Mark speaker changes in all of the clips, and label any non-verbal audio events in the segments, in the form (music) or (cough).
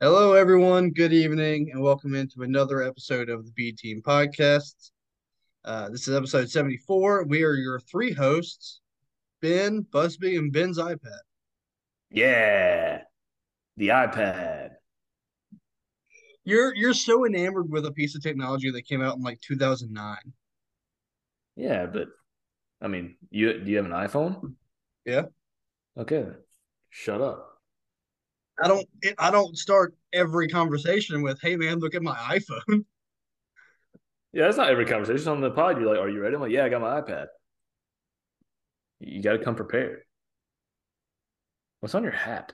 Speaker 1: Hello, everyone. Good evening, and welcome into another episode of the B Team Podcast. Uh, this is episode 74. We are your three hosts Ben, Busby, and Ben's iPad.
Speaker 2: Yeah. The iPad.
Speaker 1: You're you're so enamored with a piece of technology that came out in like 2009.
Speaker 2: Yeah, but I mean, you do you have an iPhone?
Speaker 1: Yeah.
Speaker 2: Okay. Shut up.
Speaker 1: I don't I don't start every conversation with, "Hey, man, look at my iPhone." (laughs)
Speaker 2: Yeah, that's not every conversation on the pod. You're like, are you ready? I'm like, yeah, I got my iPad. You got to come prepared. What's on your hat?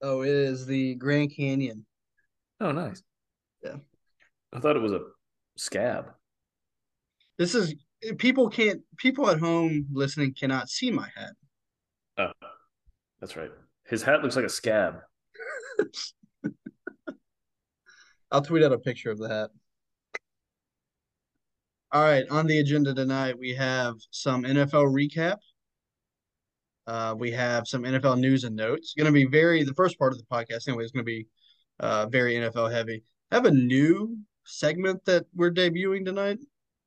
Speaker 1: Oh, it is the Grand Canyon.
Speaker 2: Oh, nice.
Speaker 1: Yeah.
Speaker 2: I thought it was a scab.
Speaker 1: This is people can't people at home listening cannot see my hat.
Speaker 2: Oh, that's right. His hat looks like a scab.
Speaker 1: I'll tweet out a picture of the hat. All right, on the agenda tonight, we have some NFL recap. Uh, we have some NFL news and notes. Going to be very, the first part of the podcast, anyway, is going to be uh, very NFL heavy. I have a new segment that we're debuting tonight.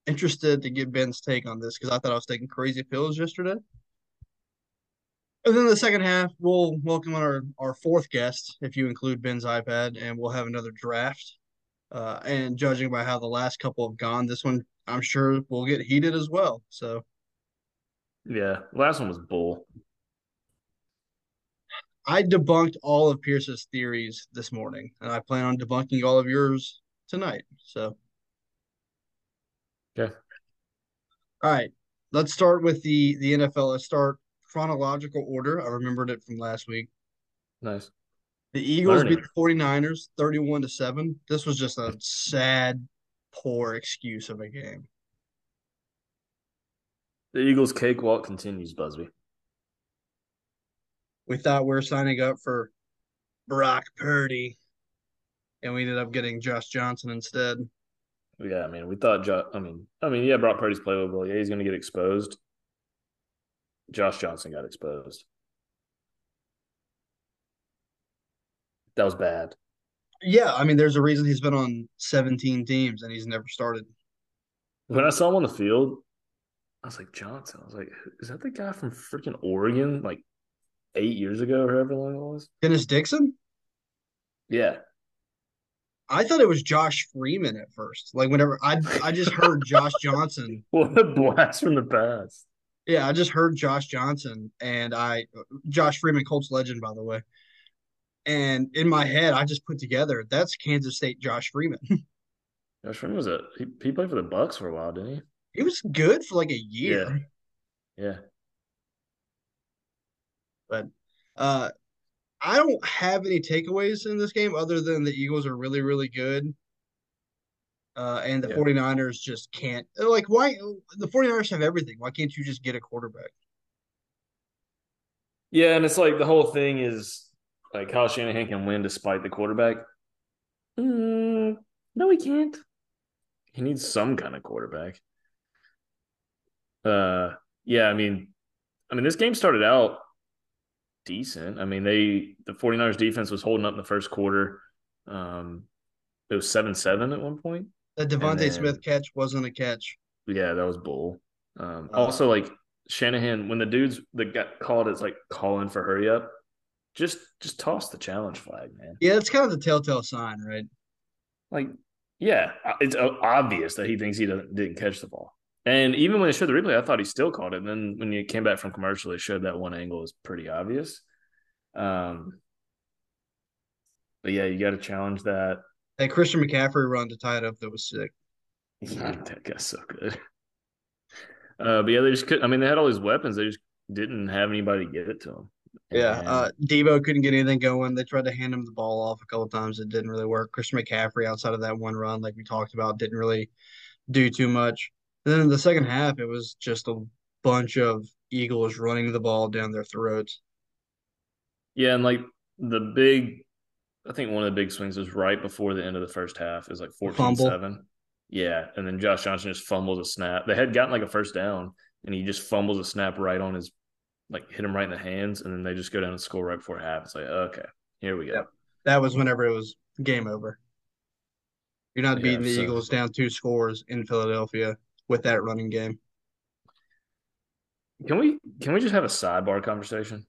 Speaker 1: Interested to get Ben's take on this because I thought I was taking crazy pills yesterday. And then the second half, we'll welcome our, our fourth guest, if you include Ben's iPad, and we'll have another draft. Uh, and judging by how the last couple have gone, this one I'm sure will get heated as well. So
Speaker 2: Yeah. Last one was bull.
Speaker 1: I debunked all of Pierce's theories this morning, and I plan on debunking all of yours tonight. So
Speaker 2: Okay.
Speaker 1: All right. Let's start with the the NFL. Let's start chronological order. I remembered it from last week.
Speaker 2: Nice.
Speaker 1: The Eagles
Speaker 2: Learning.
Speaker 1: beat the 49ers 31 to 7. This was just a sad, poor excuse of a game.
Speaker 2: The Eagles cakewalk continues, Busby.
Speaker 1: We thought we were signing up for Brock Purdy, and we ended up getting Josh Johnson instead.
Speaker 2: Yeah, I mean, we thought. Jo- I mean, I mean, yeah, Brock Purdy's playable. but, Yeah, he's going to get exposed. Josh Johnson got exposed. That was bad.
Speaker 1: Yeah, I mean, there's a reason he's been on 17 teams and he's never started.
Speaker 2: When I saw him on the field, I was like Johnson. I was like, is that the guy from freaking Oregon, like eight years ago or however long it was?
Speaker 1: Dennis Dixon?
Speaker 2: Yeah, (laughs)
Speaker 1: I thought it was Josh Freeman at first. Like whenever I I just heard Josh Johnson.
Speaker 2: what a blast from the past.
Speaker 1: Yeah, I just heard Josh Johnson and I Josh Freeman, Colts legend, by the way. And in my head, I just put together that's Kansas State Josh Freeman. (laughs)
Speaker 2: Josh Freeman was a he, he played for the Bucks for a while, didn't
Speaker 1: He was good for like a
Speaker 2: he?
Speaker 1: year.
Speaker 2: Yeah, yeah.
Speaker 1: Uh, I don't have any takeaways in this game other than the Eagles are really, really good. Uh, and the
Speaker 2: Yeah.
Speaker 1: 49ers just can't. Like, why? The 49ers have everything. Why can't you just get a quarterback?
Speaker 2: Yeah, and it's like the whole thing is like Kyle Shanahan can win despite the quarterback. Mm, no, he can't. He needs some kind of quarterback. Uh, yeah, I mean, I mean, this game started out decent. I mean, they the 49ers defense was holding up in the first quarter. Um, it was seven seven at one point.
Speaker 1: The Devontae
Speaker 2: then-
Speaker 1: Smith catch wasn't a catch.
Speaker 2: Yeah, that was bull. Um,
Speaker 1: Uh,
Speaker 2: also, like Shanahan, when the dudes that got called, it's like calling for hurry up. Just, just toss the challenge flag, man.
Speaker 1: Yeah, that's kind of the telltale sign, right?
Speaker 2: Like, yeah, uh, it's o- obvious that he thinks he doesn't, didn't catch the ball. And even when they showed the replay, I thought he still caught it. And then when you came back from commercial, they showed that one angle is pretty obvious. Um, but yeah, you got to challenge that.
Speaker 1: That Christian McCaffrey run to tie it up that was sick.
Speaker 2: that guy's so good. (laughs) Uh, but yeah, they just could. I mean, they had all these weapons. They just didn't have anybody get it to them.
Speaker 1: Yeah,
Speaker 2: And-
Speaker 1: uh, Debo couldn't get anything going. They tried to hand him the ball off a couple times. It didn't really work. Christian McCaffrey, outside of that one run, like we talked about, didn't really do too much. And then in the second half, it was just a bunch of Eagles running the ball down their throats.
Speaker 2: Yeah, and like the big, I think one of the big swings was right before the end of the first half. It was like 14 7. Yeah. And then Josh Johnson just fumbles a snap. They had gotten like a first down and he just fumbles a snap right on his, like hit him right in the hands. And then they just go down and score right before half. It's like, okay, here we go.
Speaker 1: Yep. That was whenever it was game over. You're not
Speaker 2: Yeah,
Speaker 1: beating the
Speaker 2: so-
Speaker 1: Eagles down two scores in Philadelphia with that running game.
Speaker 2: Can we can we just have a sidebar conversation?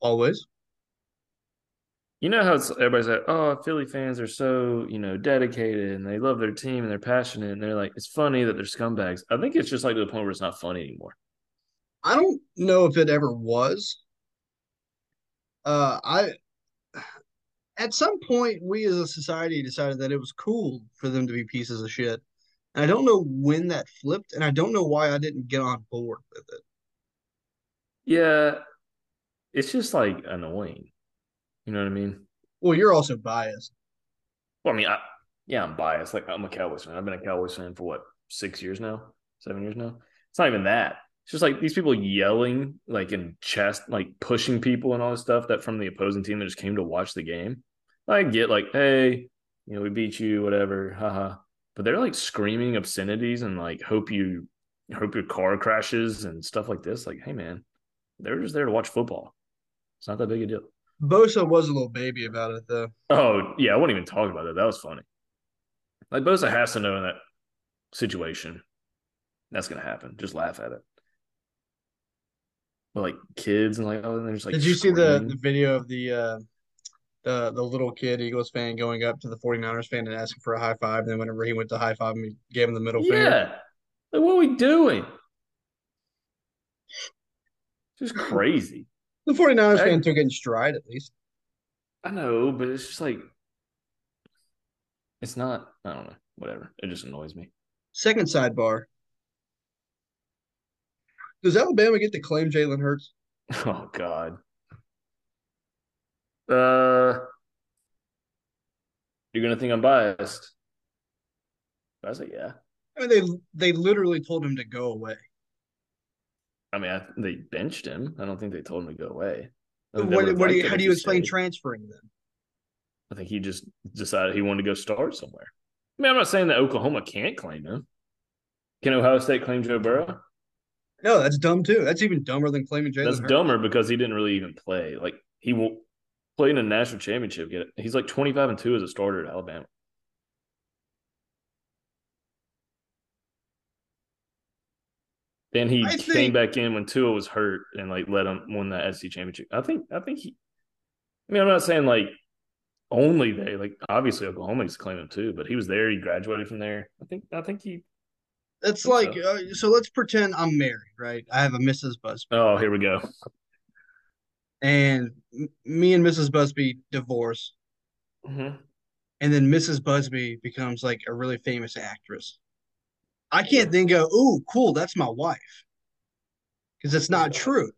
Speaker 1: Always.
Speaker 2: You know how it's, everybody's like, oh, Philly fans are so you know dedicated and they love their team and they're passionate and they're like, it's funny that they're scumbags. I think it's just like to the point where it's not funny anymore.
Speaker 1: I don't know if it ever was. Uh, I at some point we as a society decided that it was cool for them to be pieces of shit, and I don't know when that flipped, and I don't know why I didn't get on board with it.
Speaker 2: Yeah, it's just like annoying. You know what I mean?
Speaker 1: Well, you're also biased.
Speaker 2: Well, I mean, I, yeah, I'm biased. Like I'm a Cowboys fan. I've been a Cowboys fan for what six years now, seven years now. It's not even that. It's just like these people yelling, like in chest, like pushing people and all this stuff that from the opposing team that just came to watch the game. I get like, hey, you know, we beat you, whatever, haha. But they're like screaming obscenities and like hope you hope your car crashes and stuff like this. Like, hey man, they're just there to watch football. It's not that big a deal.
Speaker 1: Bosa was a little baby about it though.
Speaker 2: Oh yeah, I wouldn't even talk about that. That was funny. Like Bosa has to know in that situation, that's gonna happen. Just laugh at it. But like kids and like oh, and there's like.
Speaker 1: Did you see the, the
Speaker 2: screaming.
Speaker 1: video of the uh the the little kid Eagles fan going up to the 49ers fan and asking for a high five, and then whenever he went to high five him, he gave him the middle finger.
Speaker 2: Yeah. Like what are we doing?
Speaker 1: (laughs)
Speaker 2: Just crazy.
Speaker 1: The 49ers
Speaker 2: Hey.
Speaker 1: fan took it in stride at least.
Speaker 2: I know, but it's just like it's not. I don't know. Whatever. It just annoys me.
Speaker 1: Second sidebar. Does Alabama get to claim Jalen Hurts?
Speaker 2: (laughs) Oh God. Uh, you're gonna think I'm biased. I was like, yeah.
Speaker 1: I mean, they they literally told him to go away.
Speaker 2: I mean, I, they benched him. I don't think they told him to go away. I think they
Speaker 1: What,
Speaker 2: would've
Speaker 1: what do
Speaker 2: liked
Speaker 1: you,
Speaker 2: it
Speaker 1: how
Speaker 2: if
Speaker 1: do
Speaker 2: he
Speaker 1: you explain
Speaker 2: stayed.
Speaker 1: transferring them?
Speaker 2: I think he just decided he wanted to go start somewhere. I mean, I'm not saying that Oklahoma can't claim him. Can Ohio State claim Joe Burrow?
Speaker 1: No, that's dumb too. That's even dumber than claiming Jalen
Speaker 2: That's
Speaker 1: Hurts.
Speaker 2: dumber because he didn't really even play. Like he will play in a national championship. Get it? He's like 25 and two as a starter at Alabama. Then he
Speaker 1: I
Speaker 2: came
Speaker 1: think-
Speaker 2: back in when Tua was hurt and like let him win the SC championship. I think I think he. I mean, I'm not saying like only they like obviously Oklahoma's claim him too, but he was there. He graduated from there. I think I think he.
Speaker 1: That's
Speaker 2: think
Speaker 1: like uh, so. Let's pretend I'm married, right? I have a Mrs. Busby,
Speaker 2: Oh, here we go.
Speaker 1: and m- me and Mrs. Busby divorce,
Speaker 2: Mhm.
Speaker 1: and then Mrs. Busby becomes like a really famous actress. I can't then go, "Ooh, cool, that's my wife," because it's not true.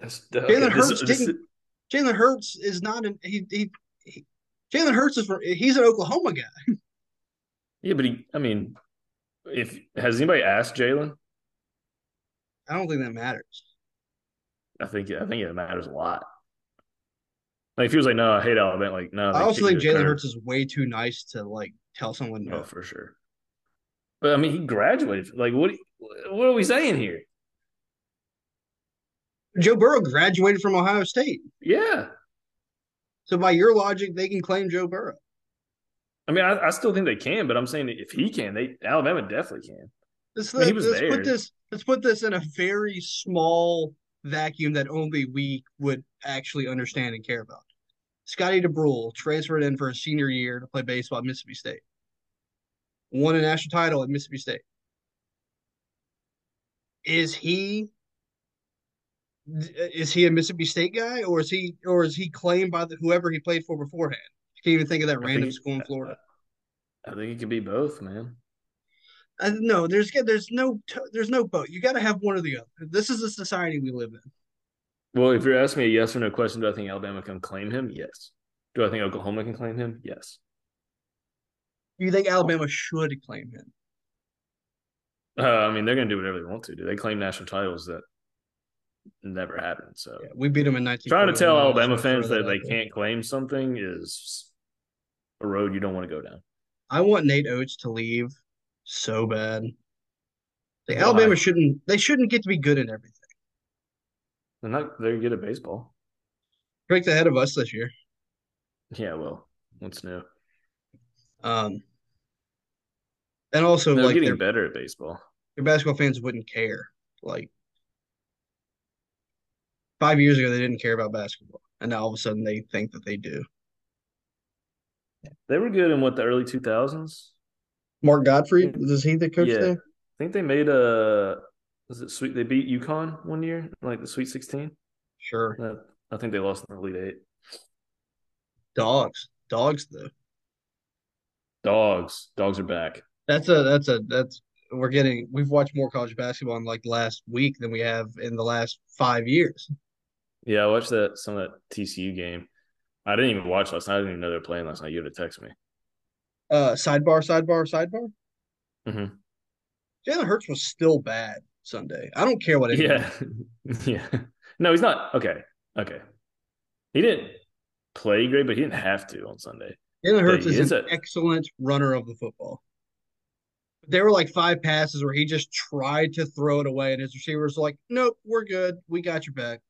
Speaker 2: That's okay,
Speaker 1: Jalen
Speaker 2: this-
Speaker 1: Hurts
Speaker 2: this-
Speaker 1: didn't- Jalen Hurts is not an he he. he Jalen Hurts is from he's an Oklahoma guy.
Speaker 2: Yeah, but he, I mean, if has anybody asked Jalen?
Speaker 1: I don't think that matters.
Speaker 2: I think I think it matters a lot. Like if he was like, "No, I hate Alabama," like, "No,"
Speaker 1: I
Speaker 2: they
Speaker 1: also
Speaker 2: kick
Speaker 1: think
Speaker 2: you to the
Speaker 1: Jalen
Speaker 2: curb.
Speaker 1: Hurts is way too nice to like tell someone
Speaker 2: no,
Speaker 1: no.
Speaker 2: Oh, for sure. But I mean, he graduated. Like, what? What are we saying here?
Speaker 1: Joe Burrow graduated from Ohio State,
Speaker 2: Yeah,
Speaker 1: so by your logic, they can claim Joe Burrow.
Speaker 2: I mean, I, I still think they can, but I'm saying that if he can, they Alabama definitely can.
Speaker 1: Let's,
Speaker 2: I mean, he was
Speaker 1: let's
Speaker 2: there.
Speaker 1: put this let's put this in a very small vacuum that only we would actually understand and care about. Scotty DeBrule transferred in for his senior year to play baseball at Mississippi State. Won a national title at Mississippi State. Is he is he a Mississippi State guy or is he or is he claimed by the, whoever he played for beforehand? I can't even think of that
Speaker 2: think
Speaker 1: random
Speaker 2: he-
Speaker 1: school in Florida.
Speaker 2: I think it could be both, man.
Speaker 1: Uh, no, there's there's no there's no boat. You got to have one or the other. This is the society we live in.
Speaker 2: Well, if you're asking me a yes or no question, do I think Alabama can claim him? Yes. Do I think Oklahoma can claim him? Yes.
Speaker 1: You think Alabama should claim him?
Speaker 2: Uh, I mean, they're going to do whatever they want to. Do they claim national titles that never happened? So
Speaker 1: Yeah, we beat him in 19.
Speaker 2: trying to tell Alabama fans that they can't claim something is a road you don't want to go down.
Speaker 1: I want Nate Oates to leave so bad. The
Speaker 2: Why?
Speaker 1: Alabama shouldn't. They shouldn't get to be good in everything.
Speaker 2: They're not. They're good at baseball.
Speaker 1: Ranked ahead of us this year.
Speaker 2: Yeah, well, what's new?
Speaker 1: Um, and also
Speaker 2: They're
Speaker 1: like
Speaker 2: getting
Speaker 1: their,
Speaker 2: better at baseball.
Speaker 1: their basketball fans wouldn't care. Like five years ago, they didn't care about basketball, and now all of a sudden they think that they do.
Speaker 2: They were good in what the early two thousands.
Speaker 1: Mark Godfrey is he the coach
Speaker 2: Yeah.
Speaker 1: there?
Speaker 2: I think they made a was it sweet? They beat UConn one year, like the Sweet Sixteen.
Speaker 1: Sure,
Speaker 2: Uh, I think they lost in the Elite Eight.
Speaker 1: dogs, dogs though.
Speaker 2: Dogs, dogs are back.
Speaker 1: That's a that's a that's we're getting we've watched more college basketball in like last week than we have in the last five years.
Speaker 2: Yeah, I watched that some of that TCU game. I didn't even watch last night. I didn't even know they were playing last night. You would have texted me.
Speaker 1: Uh, sidebar, sidebar, sidebar.
Speaker 2: Mhm.
Speaker 1: Jalen Hurts was still bad Sunday. I don't care what. anyone
Speaker 2: Yeah, (laughs) yeah. No, he's not. Okay, okay. He didn't play great, but he didn't have to on Sunday.
Speaker 1: Jalen Hurts
Speaker 2: he
Speaker 1: is,
Speaker 2: is
Speaker 1: an
Speaker 2: a-
Speaker 1: excellent runner of the football. There were like five passes where he just tried to throw it away, and his receivers were like, "Nope, we're good. We got your back."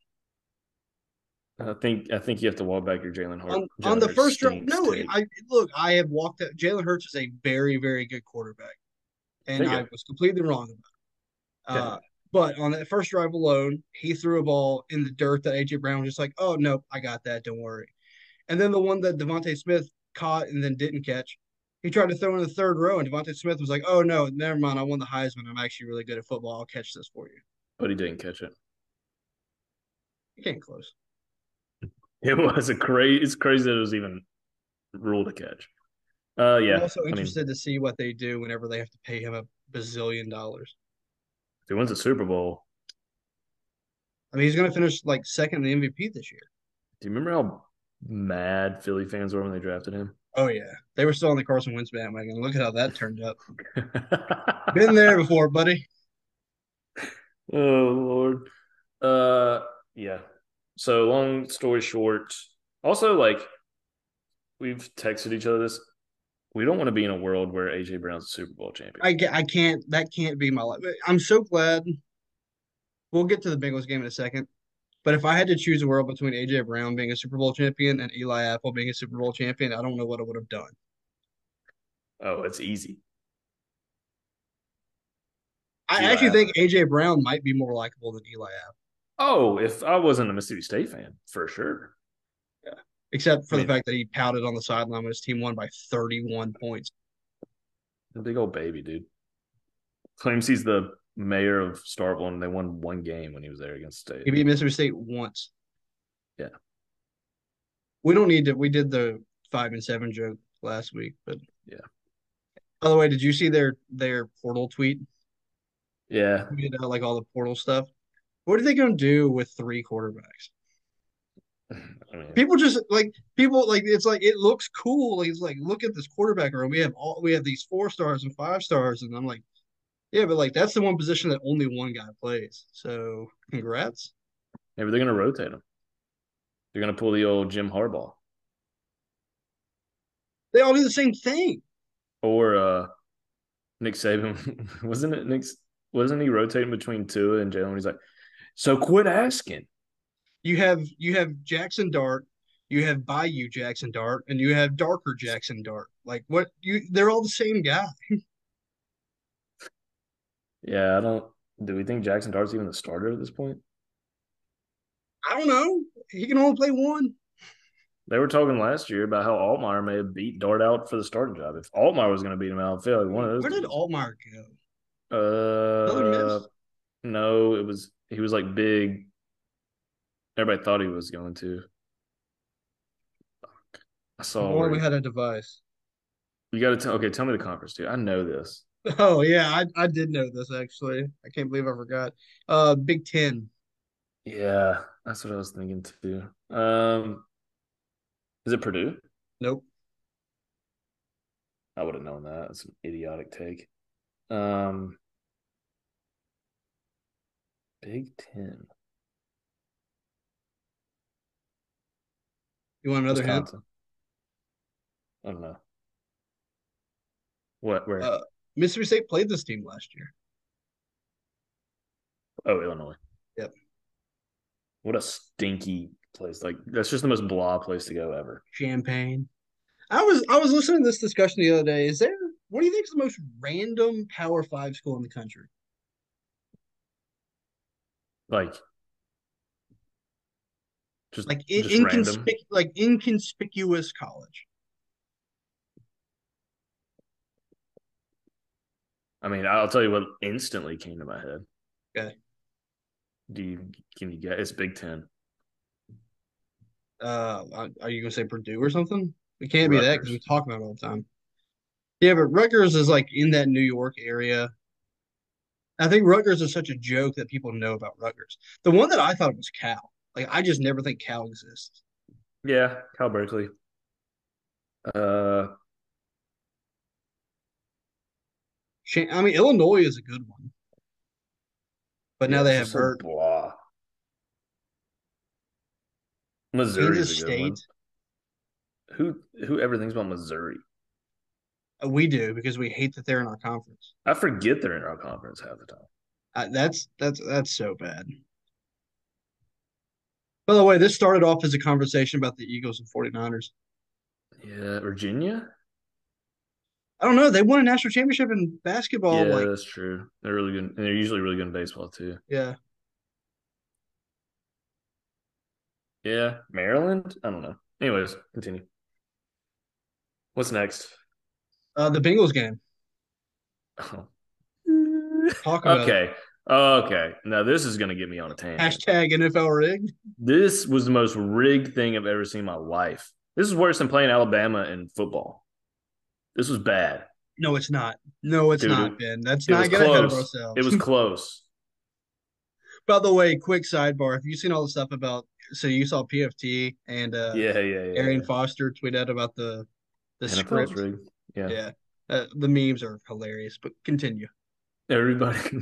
Speaker 2: I think I think you have to walk back your Jalen Hart.
Speaker 1: On,
Speaker 2: Jalen
Speaker 1: on the
Speaker 2: Hurts
Speaker 1: first drive,
Speaker 2: stinks,
Speaker 1: no.
Speaker 2: dude.
Speaker 1: I look. I have walked out. Jalen Hurts is a very, very good quarterback, and
Speaker 2: Very
Speaker 1: I
Speaker 2: good.
Speaker 1: was completely wrong about. It.
Speaker 2: Yeah.
Speaker 1: Uh, but on that first drive alone, he threw a ball in the dirt that AJ Brown was just like, "Oh no, I got that. Don't worry." And then the one that Devontae Smith caught and then didn't catch, he tried to throw in the third row, and Devontae Smith was like, "Oh no, never mind. I won the Heisman. I'm actually really good at football. I'll catch this for you."
Speaker 2: but he didn't catch it.
Speaker 1: He came close.
Speaker 2: It was a crazy. It's crazy that it was even ruled a catch. Uh, yeah.
Speaker 1: I'm also
Speaker 2: I mean,
Speaker 1: interested to see what they do whenever they have to pay him a bazillion dollars.
Speaker 2: if he wins the Super Bowl,
Speaker 1: I mean, he's going to finish like second in the MVP this year.
Speaker 2: do you remember how mad Philly fans were when they drafted him? (laughs)
Speaker 1: Oh yeah, they were still on the Carson Wentz bandwagon. Look at how that turned out. Been there before, buddy.
Speaker 2: Oh Lord. Uh yeah. So long story short. Also, like we've texted each other this. We don't want to be in a world where AJ Brown's a Super Bowl champion.
Speaker 1: I, ca- I can't. That can't be my life. I'm so glad. We'll get to the Bengals game in a second, but if I had to choose a world between AJ Brown being a Super Bowl champion and Eli Apple being a Super Bowl champion, I don't know what I would have done.
Speaker 2: oh, it's easy.
Speaker 1: I
Speaker 2: Eli
Speaker 1: actually think AJ Brown might be more likable than Eli Apple,
Speaker 2: Oh, if I wasn't a Mississippi State fan, for sure.
Speaker 1: except for
Speaker 2: I
Speaker 1: the
Speaker 2: mean-
Speaker 1: fact that he pouted on the sideline when his team won by 31 points.
Speaker 2: The big old baby, dude. Claims he's the mayor of Starville and they won one game when he was there against State.
Speaker 1: He beat Mississippi State once.
Speaker 2: Yeah.
Speaker 1: We don't need to. We did the five and seven joke last week, but
Speaker 2: Yeah.
Speaker 1: By the way, did you see their their portal tweet?
Speaker 2: Yeah. (laughs)
Speaker 1: You know, like all the portal stuff. What are they going to do with three quarterbacks?
Speaker 2: I mean,
Speaker 1: People just like people like it's like it looks cool. Like, it's like look at this quarterback room. We have all we have these four stars and five stars, and I'm like, yeah, but like that's the one position that only one guy plays. So congrats.
Speaker 2: maybe they're gonna rotate him. They're gonna pull the old Jim Harbaugh.
Speaker 1: They all do the same thing.
Speaker 2: Or uh Nick Saban (laughs) wasn't it Nick wasn't he rotating between Tua and Jalen? He's like, so quit asking.
Speaker 1: You have you have Jackson Dart, you have Bayou Jackson Dart, and you have Darker Jackson Dart. Like what you they're all the same guy.
Speaker 2: Yeah, I don't do we think Jackson Dart's even the starter at this point?
Speaker 1: I don't know. He can only play one.
Speaker 2: They were talking last year about how Altmaier may have beat Dart out for the starting job. If Altmaier was gonna beat him out, I feel like one of those
Speaker 1: Where did Altmaier go?
Speaker 2: uh
Speaker 1: Miss?
Speaker 2: no, it was he was like big. Everybody thought he was going to. Fuck. I saw
Speaker 1: Boy,
Speaker 2: where-
Speaker 1: we had a device.
Speaker 2: You got to tell. Okay, tell me the conference, dude. I know this.
Speaker 1: Oh yeah, I I did know this actually. I can't believe I forgot. Uh Big Ten.
Speaker 2: Yeah, that's what I was thinking too. Um, is it Purdue?
Speaker 1: Nope.
Speaker 2: I would have known that. That's an idiotic take. Um, Big Ten.
Speaker 1: You want another hint?
Speaker 2: Wisconsin. I don't know. What? Where?
Speaker 1: Uh, Mississippi State played this team last year.
Speaker 2: oh, Illinois.
Speaker 1: Yep.
Speaker 2: What a stinky place. Like that's just the most blah place to go ever.
Speaker 1: Champagne. I was I was listening to this discussion the other day. Is there what do you think is the most random Power Five school in the country?
Speaker 2: Like just
Speaker 1: Like in,
Speaker 2: just random.
Speaker 1: inconspic- like inconspicuous college.
Speaker 2: I mean, I'll tell you what instantly came to my head.
Speaker 1: Okay.
Speaker 2: Do you can you get it's Big Ten?
Speaker 1: Uh, are- are you gonna say Purdue or something? It can't be that because we
Speaker 2: Rutgers.
Speaker 1: talk about it all the time. Yeah, but Rutgers is like in that New York area. I think Rutgers is such a joke that people know about Rutgers. The one that I thought was Cal. Like I just never think Cal exists.
Speaker 2: Yeah, Cal Berkeley. Uh,
Speaker 1: Shan- I mean, Illinois is a good one, but now
Speaker 2: yeah,
Speaker 1: they
Speaker 2: it's
Speaker 1: have
Speaker 2: just so
Speaker 1: Bert.
Speaker 2: Blah. Missouri
Speaker 1: Kansas
Speaker 2: is a good one.
Speaker 1: State.
Speaker 2: Who who ever thinks about Missouri?
Speaker 1: Uh, We do because we hate that they're in our conference.
Speaker 2: I forget they're in our conference half the time.
Speaker 1: Uh, that's that's that's so bad. By the way, this started off as a conversation about the Eagles and 49ers.
Speaker 2: Yeah, Virginia.
Speaker 1: I don't know. They won a national championship in basketball.
Speaker 2: yeah,
Speaker 1: Like,
Speaker 2: that's true. They're really good, and they're usually really good in baseball too.
Speaker 1: yeah.
Speaker 2: Yeah, Maryland. I don't know. Anyways, continue. What's next?
Speaker 1: Uh, the Bengals game. Talk about it.
Speaker 2: Oh. Okay. Okay. Now this is gonna get me on a tangent.
Speaker 1: Hashtag NFL rigged.
Speaker 2: This was the most rigged thing I've ever seen in my life. This is worse than playing Alabama in football. This was bad.
Speaker 1: No, it's not. No, it's
Speaker 2: Dude,
Speaker 1: not, Ben. That's
Speaker 2: It was
Speaker 1: not get ahead of
Speaker 2: close.
Speaker 1: ourselves. (laughs)
Speaker 2: It was close.
Speaker 1: By the way, quick sidebar. Have you seen all the stuff about? So you saw PFT and uh,
Speaker 2: yeah, yeah, yeah.
Speaker 1: Arian
Speaker 2: yeah.
Speaker 1: Foster tweet out about the the
Speaker 2: NFL's
Speaker 1: script.
Speaker 2: rigged. Yeah.
Speaker 1: Yeah, uh, the memes are hilarious. But continue.
Speaker 2: Everybody. (laughs)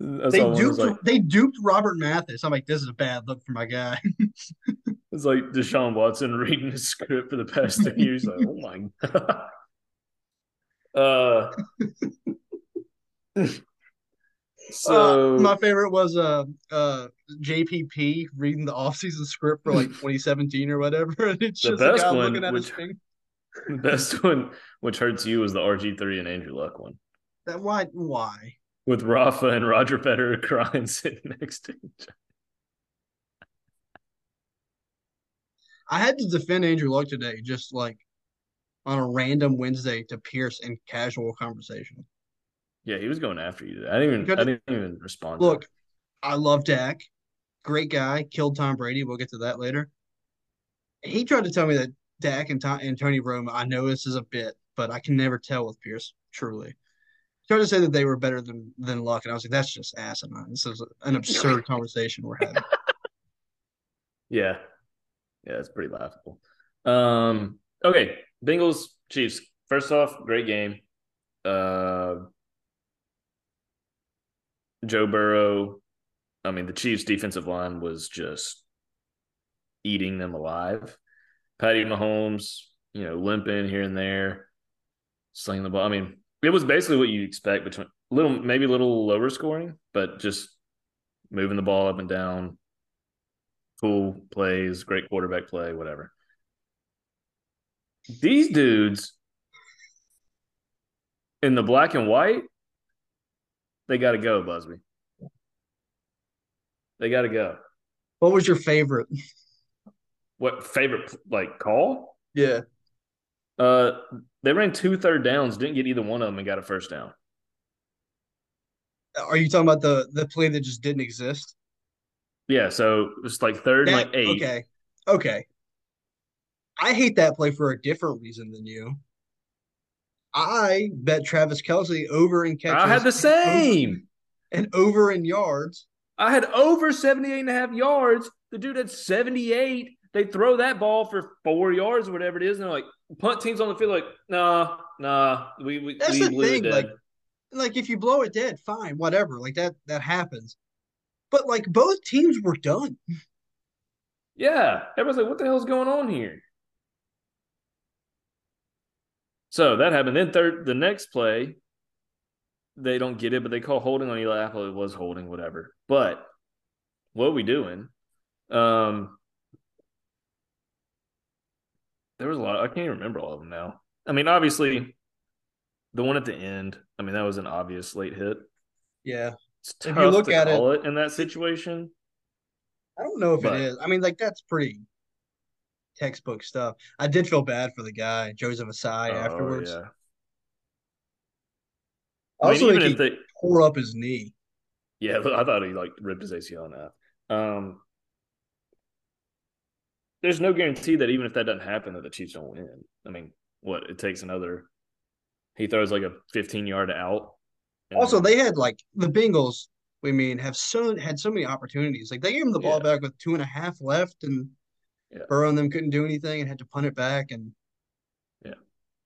Speaker 2: That's
Speaker 1: they
Speaker 2: all I was
Speaker 1: duped.
Speaker 2: like,
Speaker 1: They duped Robert Mathis. I'm like, this is a bad look for my guy. (laughs)
Speaker 2: it's like Deshaun Watson (laughs) reading his script for the past three years. Like, oh my (laughs) god.
Speaker 1: (laughs)
Speaker 2: Uh. so
Speaker 1: Uh, my favorite was uh uh JPP reading the offseason script for
Speaker 2: (laughs)
Speaker 1: like 2017 or whatever, and it's
Speaker 2: The
Speaker 1: just a
Speaker 2: best
Speaker 1: guy
Speaker 2: one,
Speaker 1: looking at his
Speaker 2: which-
Speaker 1: finger.
Speaker 2: The best one, which hurts you, was the RG three and Andrew Luck one
Speaker 1: That why why?
Speaker 2: with Rafa and Roger Federer (laughs) crying sitting next to each other.
Speaker 1: I had to defend Andrew Luck today, just like on a random Wednesday to Pierce in casual conversation.
Speaker 2: Yeah, he was going after you. I didn't even. I didn't even respond. to
Speaker 1: Look,
Speaker 2: him.
Speaker 1: I love Dak, great guy, killed Tom Brady. We'll get to that later. He tried to tell me that Dak and, Tom, and Tony Romo. I know this is a bit, but I can never tell with Pierce. Truly, tried to say that they were better than than Luck, and I was like, that's just asinine. This is an absurd conversation we're having.
Speaker 2: yeah, yeah, it's pretty laughable. Um. Okay, Bengals Chiefs. First off, great game. Uh, Joe Burrow. I mean, the Chiefs' defensive line was just eating them alive. Patty Mahomes, you know, limping here and there, slinging the ball. I mean, it was basically what you expect between little, maybe a little lower scoring, but just moving the ball up and down, cool plays, great quarterback play, whatever. These dudes in the black and white, they got to go, Busby. They got to go.
Speaker 1: What was your favorite?
Speaker 2: What favorite like call?
Speaker 1: Yeah,
Speaker 2: Uh, they ran two third downs, didn't get either one of them, and got a first down.
Speaker 1: are you talking about the the play that just didn't exist?
Speaker 2: Yeah, so it was like third and
Speaker 1: That-
Speaker 2: like eight.
Speaker 1: Okay, okay. I hate that play for a different reason than you. I bet Travis Kelsey over in catches
Speaker 2: I had the same.
Speaker 1: and over in yards.
Speaker 2: I had over 78 and a half yards. The dude had 78. They throw that ball for four yards or whatever it is, and they're like, punt teams on the field, like, nah, nah, we we,
Speaker 1: That's
Speaker 2: we
Speaker 1: the
Speaker 2: blew it
Speaker 1: thing,
Speaker 2: dead.
Speaker 1: like- Like if you blow it dead, fine, whatever. Like that that happens. But like both teams were done.
Speaker 2: Yeah. Everybody's like, what the hell's going on here? So that happened. Then third the next play, they don't get it, but they call holding on Eli Apple. It was holding, whatever. But what we doing? Um, there was a lot. I can't even remember all of them now. I mean, obviously, the one at the end. I mean, that was an obvious late hit.
Speaker 1: Yeah.
Speaker 2: It's
Speaker 1: If you
Speaker 2: tough
Speaker 1: look
Speaker 2: to
Speaker 1: at
Speaker 2: call it, in that situation.
Speaker 1: I don't know if
Speaker 2: But-
Speaker 1: it is. I mean, like that's pretty textbook stuff. I did feel bad for the guy, Joseph Asai,
Speaker 2: Oh,
Speaker 1: afterwards.
Speaker 2: yeah. I mean,
Speaker 1: Also,
Speaker 2: even
Speaker 1: like, he
Speaker 2: if they,
Speaker 1: tore up his knee.
Speaker 2: Yeah, (laughs) but I thought he like ripped his ACL on that. Um, there's no guarantee that even if that doesn't happen, that the Chiefs don't win. I mean, what it takes another. He throws like a 15 yard out. and
Speaker 1: Also,
Speaker 2: then-
Speaker 1: they had like the Bengals. We mean have so had so many opportunities. Like they gave him the ball
Speaker 2: Yeah.
Speaker 1: back with two and a half left, and
Speaker 2: Yeah.
Speaker 1: Burrow and them couldn't do anything and had to punt it back. And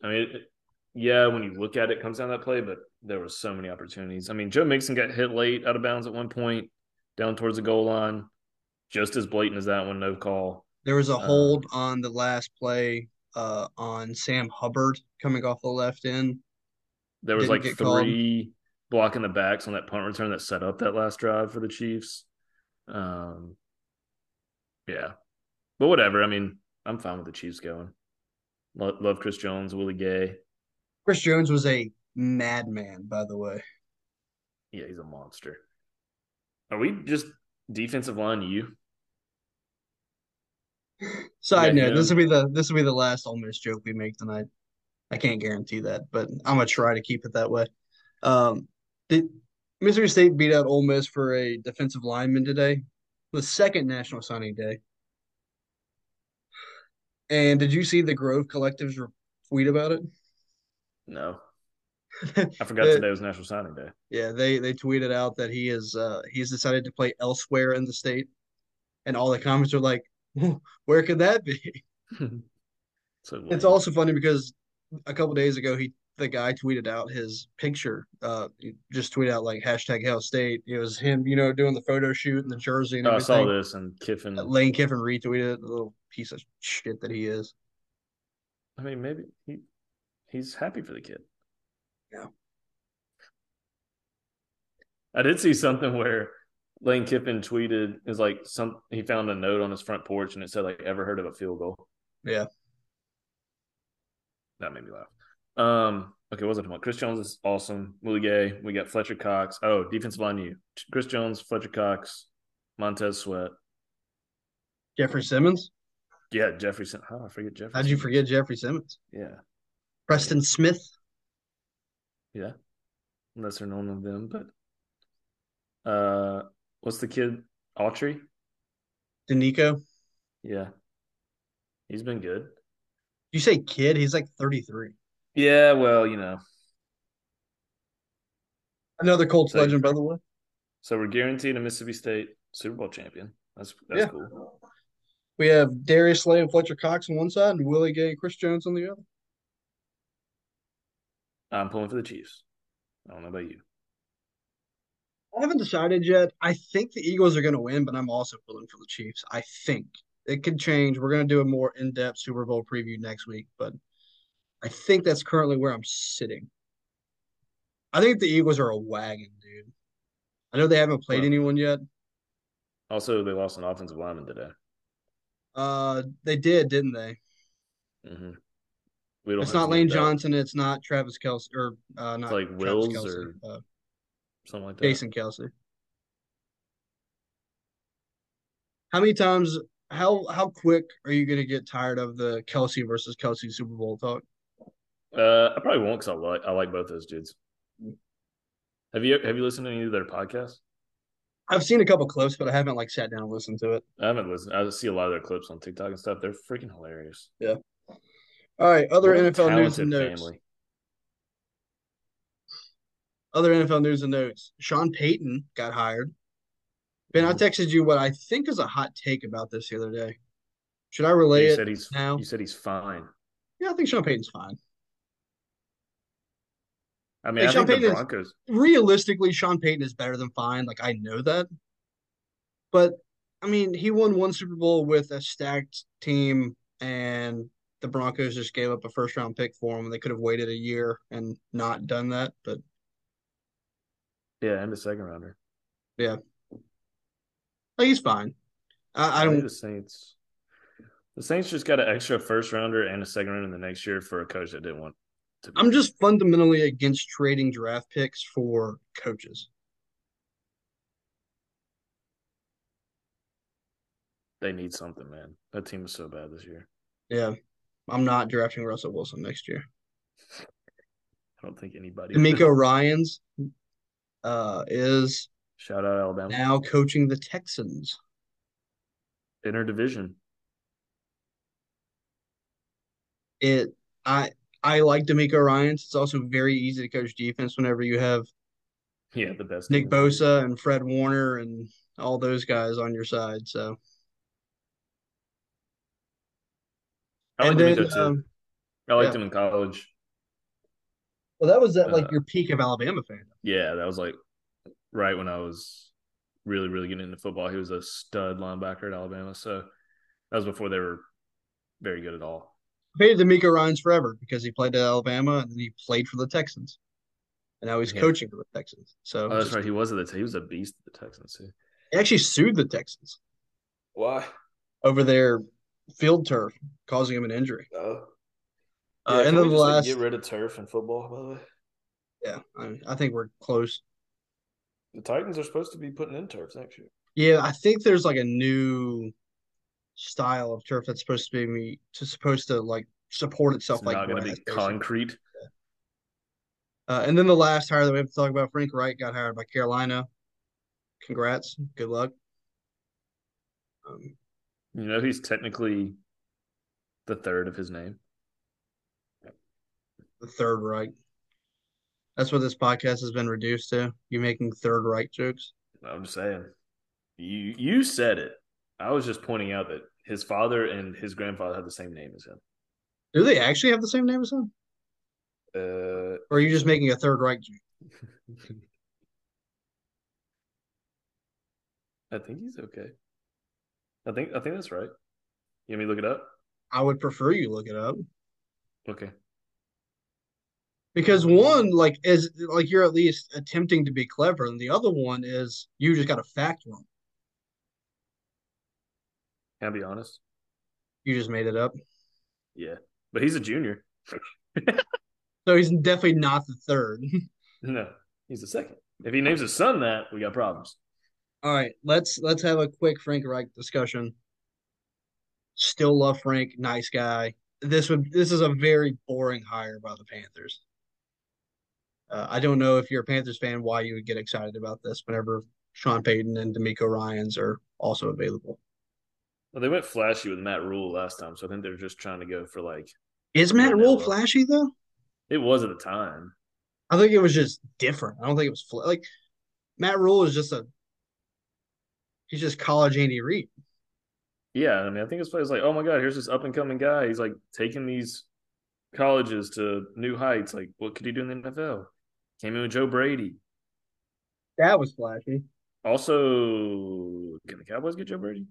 Speaker 2: I mean, it- yeah, when you look at it, it comes down to that play, but there were so many opportunities. I mean, Joe Mixon got hit late out of bounds at one point, down towards the goal line, just as blatant as that one, no call.
Speaker 1: there was a
Speaker 2: Uh,
Speaker 1: hold on the last play uh, on Sam Hubbard coming off the left end.
Speaker 2: There was
Speaker 1: Didn't
Speaker 2: like
Speaker 1: get called.
Speaker 2: three blocking the backs on that punt return that set up that last drive for the Chiefs. Um, yeah, but whatever. I mean, I'm fine with the Chiefs going. Lo- love Chris Jones, Willie Gay.
Speaker 1: Chris Jones was a madman, by the way.
Speaker 2: Yeah, he's a monster. Are we just defensive line? You?
Speaker 1: Side
Speaker 2: Yeah,
Speaker 1: note:
Speaker 2: him.
Speaker 1: This will be the this will be the last Ole Miss joke we make tonight. I can't guarantee that, but I'm gonna try to keep it that way. Um, did Missouri State beat out Ole Miss for a defensive lineman today? The second national signing day. And did you see the Grove Collective's re- tweet about it? (laughs)
Speaker 2: No, I forgot
Speaker 1: Uh,
Speaker 2: today was National Signing Day.
Speaker 1: (laughs) Yeah, they they tweeted out that he is uh he's decided to play elsewhere in the state, and all the comments are like, "Where could that be?"
Speaker 2: so
Speaker 1: It's
Speaker 2: lame.
Speaker 1: also funny because a couple days ago he the guy tweeted out his picture. Uh, he just tweeted out like hashtag Hell State. It was him, you know, doing the photo shoot and the jersey and
Speaker 2: Oh, I
Speaker 1: everything.
Speaker 2: saw this and Kiffin.
Speaker 1: Lane Kiffin retweeted it, the little piece of shit that he is.
Speaker 2: I mean, maybe he he's happy for the kid.
Speaker 1: Yeah.
Speaker 2: I did see something where Lane Kiffin tweeted is like some he found a note on his front porch and it said like ever heard of a field goal.
Speaker 1: Yeah.
Speaker 2: That made me laugh. Um okay, what was I talking about? Chris Jones is awesome. Willie Gay. We got Fletcher Cox. Oh, defensive line you. Chris Jones, Fletcher Cox, Montez Sweat.
Speaker 1: Jeffrey Simmons.
Speaker 2: Yeah, Jeffrey. Sim- How did I forget Jeffrey?
Speaker 1: How'd you
Speaker 2: Simmons?
Speaker 1: forget Jeffrey Simmons?
Speaker 2: Yeah.
Speaker 1: Preston Smith.
Speaker 2: lesser known of them, but uh what's the kid? Autry?
Speaker 1: Denico.
Speaker 2: Yeah. He's been good.
Speaker 1: You say kid? He's like 33.
Speaker 2: Yeah, well, you know.
Speaker 1: Another Colts
Speaker 2: So-
Speaker 1: legend, by the way.
Speaker 2: So we're guaranteed a Mississippi State Super Bowl champion. That's that's
Speaker 1: Yeah.
Speaker 2: cool.
Speaker 1: We have Darius Slay and Fletcher Cox on one side, and Willie Gay and Chris Jones on the other.
Speaker 2: I'm pulling for the Chiefs. I don't know about you.
Speaker 1: I haven't decided yet. I think the Eagles are going to win, but I'm also pulling for the Chiefs. I think it could change. We're going to do a more in-depth Super Bowl preview next week, but I think that's currently where I'm sitting. I think the Eagles are a wagon, dude. I know they haven't played
Speaker 2: Wow.
Speaker 1: anyone yet.
Speaker 2: Also, they lost an offensive lineman today.
Speaker 1: Uh, they did, didn't they?
Speaker 2: hmm We don't
Speaker 1: It's
Speaker 2: have
Speaker 1: not
Speaker 2: to
Speaker 1: Lane
Speaker 2: get that.
Speaker 1: Johnson. It's not Travis Kelsey, or uh, not
Speaker 2: like
Speaker 1: Travis
Speaker 2: Wills
Speaker 1: Kelce,
Speaker 2: or-
Speaker 1: uh,
Speaker 2: Something like that.
Speaker 1: Jason Kelsey. How many times? How how quick are you going to get tired of the Kelsey versus Kelsey Super Bowl talk?
Speaker 2: Uh, I probably won't because I like I like both those dudes. Have you have you listened to any of their podcasts?
Speaker 1: I've seen a couple clips, but I haven't like sat down and listened to it.
Speaker 2: I haven't listened. I see a lot of their clips on TikTok and stuff. They're freaking hilarious.
Speaker 1: All right, other
Speaker 2: What a
Speaker 1: NFL news and
Speaker 2: talented
Speaker 1: notes. Other NFL news and notes. Sean Payton got hired. Ben, I
Speaker 2: Mhm.
Speaker 1: texted you what I think is a hot take about this the other day. Should I relay
Speaker 2: You
Speaker 1: it?
Speaker 2: said he's
Speaker 1: now.
Speaker 2: you said he's fine.
Speaker 1: yeah, I think Sean Payton's fine.
Speaker 2: I mean,
Speaker 1: Hey,
Speaker 2: I
Speaker 1: Sean
Speaker 2: think the
Speaker 1: Payton is-
Speaker 2: Broncos.
Speaker 1: realistically, Sean Payton is better than fine. Like I know that, but I mean, he won one Super Bowl with a stacked team, and the Broncos just gave up a first round pick for him. They could have waited a year and not done that, but
Speaker 2: Yeah, and the second rounder.
Speaker 1: like he's fine. I, I
Speaker 2: think
Speaker 1: don't.
Speaker 2: the Saints. The Saints just got an extra first rounder and a second rounder in the next year for a coach that didn't want to. be
Speaker 1: I'm
Speaker 2: there.
Speaker 1: just fundamentally against trading draft picks for coaches.
Speaker 2: They need something, man. That team is so bad this year.
Speaker 1: Yeah, I'm not drafting Russell Wilson next year.
Speaker 2: I don't think anybody.
Speaker 1: D'Amico Ryan's uh, is
Speaker 2: (laughs) Shout out Alabama.
Speaker 1: now coaching the Texans.
Speaker 2: Inner division.
Speaker 1: It I I like D'Amico Ryan's. It's also very easy to coach defense whenever you have
Speaker 2: Yeah, the best.
Speaker 1: Nick
Speaker 2: team in the league.
Speaker 1: Bosa and Fred Warner and all those guys on your side. So
Speaker 2: I like
Speaker 1: and
Speaker 2: D'Amico too.
Speaker 1: um,
Speaker 2: I liked
Speaker 1: yeah.
Speaker 2: him in college.
Speaker 1: well, that was at like
Speaker 2: Uh,
Speaker 1: your peak of Alabama fan.
Speaker 2: Yeah, that was like right when I was really, really getting into football. He was a stud linebacker at Alabama. So that was before they were very good at all.
Speaker 1: I hated D'Amico Ryan's forever because he played at Alabama and then he played for the Texans, and now he's
Speaker 2: Yeah.
Speaker 1: coaching for the Texans. So
Speaker 2: Oh, that's
Speaker 1: just-
Speaker 2: right. He was at the he was a beast at the Texans too.
Speaker 1: he actually sued the Texans
Speaker 2: Why?
Speaker 1: over their field turf causing him an injury.
Speaker 2: Oh.
Speaker 1: Uh, and then the last,
Speaker 2: get rid of turf in football, by the way.
Speaker 1: yeah, I, I think we're close.
Speaker 2: The Titans are supposed to be putting in turf next year.
Speaker 1: Yeah, I think there's like a new style of turf that's supposed to be to supposed to like support itself
Speaker 2: It's
Speaker 1: like
Speaker 2: not going to
Speaker 1: grass,
Speaker 2: be
Speaker 1: basically.
Speaker 2: concrete.
Speaker 1: Uh, and then the last hire that we have to talk about, Frank Wright got hired by Carolina. Congrats, good luck. Um,
Speaker 2: You know, he's technically the third of his name.
Speaker 1: the third right. That's what this podcast has been reduced to. You making third right jokes.
Speaker 2: I'm just saying. You you said it. I was just pointing out that his father and his grandfather had the same name as him.
Speaker 1: Do they actually have the same name as him?
Speaker 2: Uh,
Speaker 1: Or are you just making a third right joke?
Speaker 2: I think he's okay. I think I think that's right. You want me to look it up?
Speaker 1: I would prefer you look it up.
Speaker 2: Okay.
Speaker 1: Because one, like, is like you're at least attempting to be clever, and the other one is you just got a fact wrong.
Speaker 2: Can I be honest?
Speaker 1: You just made it up.
Speaker 2: Yeah. But he's a junior. (laughs)
Speaker 1: So he's definitely not the third. (laughs)
Speaker 2: No, he's the second. If he names his son that, we got problems.
Speaker 1: All right, let's let's have a quick Frank Reich discussion. Still love Frank, nice guy. This would this is a very boring hire by the Panthers. Uh, I don't know if you're a Panthers fan why you would get excited about this whenever Sean Payton and D'Amico Ryan's are also available.
Speaker 2: Well, they went flashy with Matt Rule last time, so I think they're just trying to go for like
Speaker 1: Is Matt
Speaker 2: Yeah,
Speaker 1: Rule
Speaker 2: no.
Speaker 1: flashy though?
Speaker 2: it was at the time.
Speaker 1: I think it was just different. I don't think it was fl- like Matt Rule is just a he's just college Andy Reid.
Speaker 2: Yeah, I mean, I think his players like, oh my god, here's this up and coming guy. He's like taking these colleges to new heights. Like, what could he do in the NFL? Came in with Joe Brady.
Speaker 1: That was flashy.
Speaker 2: Also, can the Cowboys get Joe Brady?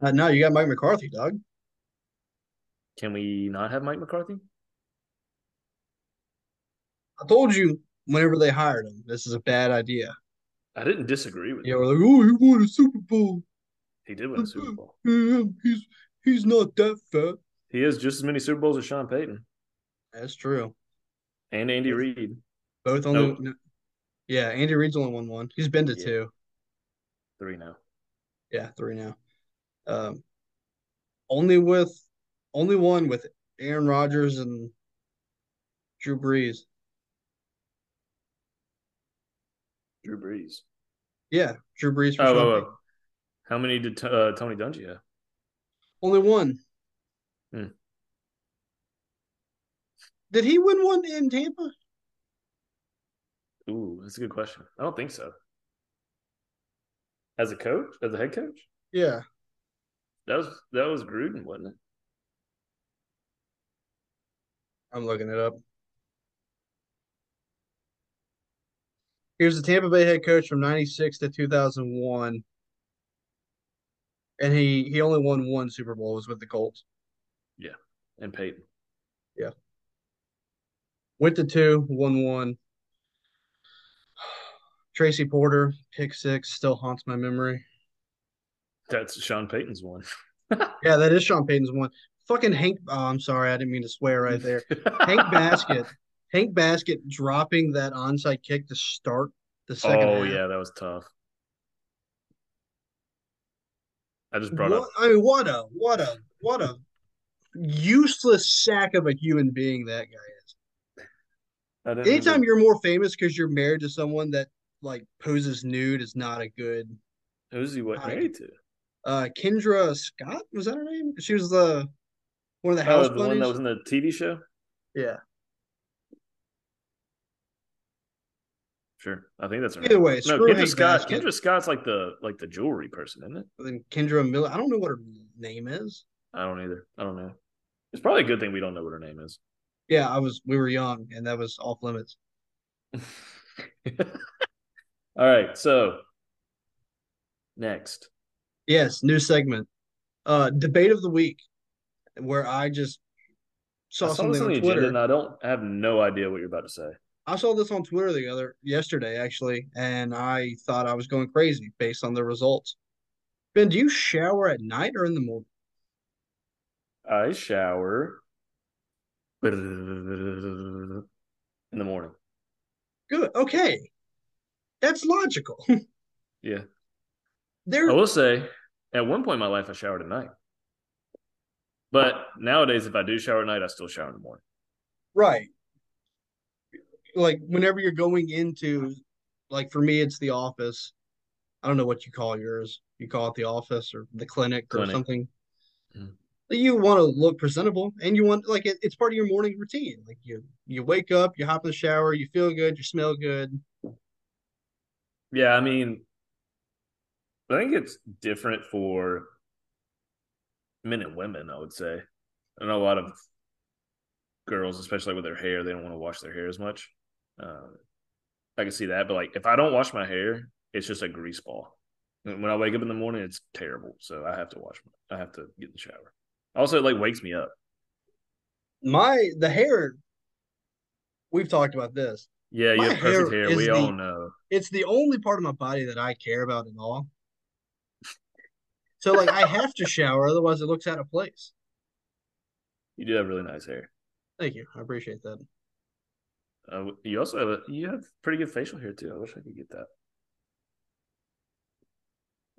Speaker 1: Uh, no, you got Mike McCarthy, dog.
Speaker 2: Can we not have Mike McCarthy?
Speaker 1: I told you whenever they hired him, this is a bad idea.
Speaker 2: I didn't disagree with
Speaker 1: You know, we're
Speaker 2: him.
Speaker 1: like, oh, he won a Super Bowl.
Speaker 2: He did win a Super Bowl.
Speaker 1: Yeah, he's he's not that fat.
Speaker 2: He has just as many Super Bowls as Sean Payton
Speaker 1: That's true.
Speaker 2: and Andy Reid.
Speaker 1: Both only. Yeah, Andy Reid's only won one. He's been to
Speaker 2: Yeah.
Speaker 1: two.
Speaker 2: Three now.
Speaker 1: Yeah, three now. Um, only with only one with Aaron Rodgers and Drew Brees.
Speaker 2: Drew Brees.
Speaker 1: Yeah, Drew Brees for
Speaker 2: Oh,
Speaker 1: Sean
Speaker 2: whoa,
Speaker 1: Payton.
Speaker 2: whoa. how many did uh, Tony Dungy have?
Speaker 1: Only one.
Speaker 2: Hmm.
Speaker 1: Did he win one in Tampa?
Speaker 2: Ooh, that's a good question. I don't think so. As a coach, as a head coach,
Speaker 1: Yeah.
Speaker 2: that was that was Gruden, wasn't it?
Speaker 1: I'm looking it up. He was the Tampa Bay head coach from 96 to 2001. And he, he only won one Super Bowl, It was with the Colts.
Speaker 2: And Payton.
Speaker 1: Went to two, won one. Tracy Porter, pick six, still haunts my memory.
Speaker 2: That's Sean Payton's one.
Speaker 1: Yeah, that is Sean Payton's one. Fucking Hank. Oh, I'm sorry, I didn't mean to swear right there.
Speaker 2: (laughs)
Speaker 1: Hank Basket. Hank Basket dropping that onside kick to start the second.
Speaker 2: (laughs) oh
Speaker 1: half.
Speaker 2: yeah, that was tough. I just brought
Speaker 1: What- I mean, what a what a what a useless sack of a human being that guy is.
Speaker 2: up I didn't-
Speaker 1: Anytime you're more famous because you're married to someone that like poses nude is not a good.
Speaker 2: Who's he what
Speaker 1: I-
Speaker 2: married to?
Speaker 1: Uh, Kendra Scott was that her name? She was the one of the
Speaker 2: Oh,
Speaker 1: house
Speaker 2: the one
Speaker 1: bunnies.
Speaker 2: that was in the TV show.
Speaker 1: Yeah.
Speaker 2: Sure, I think that's her
Speaker 1: Either
Speaker 2: name.
Speaker 1: way,
Speaker 2: No,
Speaker 1: screw
Speaker 2: Kendra
Speaker 1: Hank
Speaker 2: Scott.
Speaker 1: Basket.
Speaker 2: Kendra Scott's like the like the jewelry person, isn't it?
Speaker 1: Then Kendra Miller. I don't know what her name is.
Speaker 2: I don't either. I don't know. It's probably a good thing we don't know what her name is. (laughs)
Speaker 1: Yeah, I was. We were young, and that was off limits.
Speaker 2: All right, so next.
Speaker 1: Yes, new segment. Uh, debate of the week, where I just saw,
Speaker 2: I saw
Speaker 1: something
Speaker 2: this on the
Speaker 1: on
Speaker 2: agenda,
Speaker 1: Twitter.
Speaker 2: and I don't I have no idea what you're about to say.
Speaker 1: I saw this on Twitter the other yesterday actually, and I thought I was going crazy based on the results. Ben, do you shower at night or in the morning?
Speaker 2: I shower in the morning.
Speaker 1: Good. Okay. That's logical.
Speaker 2: (laughs) Yeah.
Speaker 1: There
Speaker 2: I will say, at one point in my life, I showered at night. But nowadays, if I do shower at night, I still shower in the morning.
Speaker 1: right. Like whenever you're going into like for me it's the office. I don't know what you call yours. You call it the office or the clinic,
Speaker 2: Clinic.
Speaker 1: or something.
Speaker 2: Mhm.
Speaker 1: You want to look presentable and you want like it, it's part of your morning routine. Like you you wake up, you hop in the shower, you feel good, you smell good.
Speaker 2: Yeah, I mean, I think it's different for men and women, I would say. I know a lot of girls, especially with their hair, they don't want to wash their hair as much. Um, I can see that. But like, if I don't wash my hair, it's just a grease ball. And When I wake up in the morning, it's terrible. So I have to wash, my, I have to get in the shower. Also, it like wakes me up.
Speaker 1: my the hair we've talked about this
Speaker 2: Yeah, you
Speaker 1: My
Speaker 2: have perfect
Speaker 1: hair
Speaker 2: hair.
Speaker 1: is
Speaker 2: We
Speaker 1: the-
Speaker 2: all know.
Speaker 1: it's the only part of my body that i care about at all so like i have to shower otherwise it looks out of place
Speaker 2: You do have really nice hair.
Speaker 1: thank you i appreciate that
Speaker 2: Uh, you also have a, you have pretty good facial hair too. I wish I could get that.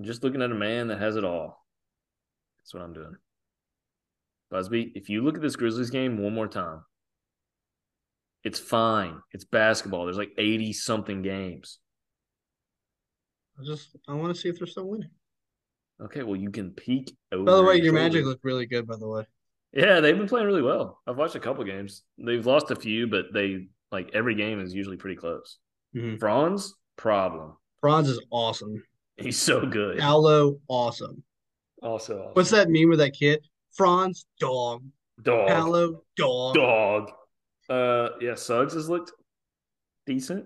Speaker 2: Just looking at a man that has it all. That's what I'm doing. Busby, if you look at this Grizzlies game one more time, it's fine. It's basketball. There's like 80 something games.
Speaker 1: i just i want to see if they're still winning
Speaker 2: Okay, well, you can peek over.
Speaker 1: by the way your
Speaker 2: shoulder.
Speaker 1: magic looked really good by the way
Speaker 2: Yeah, they've been playing really well. I've watched a couple games. They've lost a few, but they like every game is usually pretty close. Mm-hmm.
Speaker 1: Mhm.
Speaker 2: Franz, problem. (laughs)
Speaker 1: bronze is awesome
Speaker 2: He's so good.
Speaker 1: Paolo, awesome
Speaker 2: Also,
Speaker 1: what's that meme with that kid franz dog
Speaker 2: Dog.
Speaker 1: Paolo, dog
Speaker 2: Dog. Uh, yeah, Suggs has looked decent.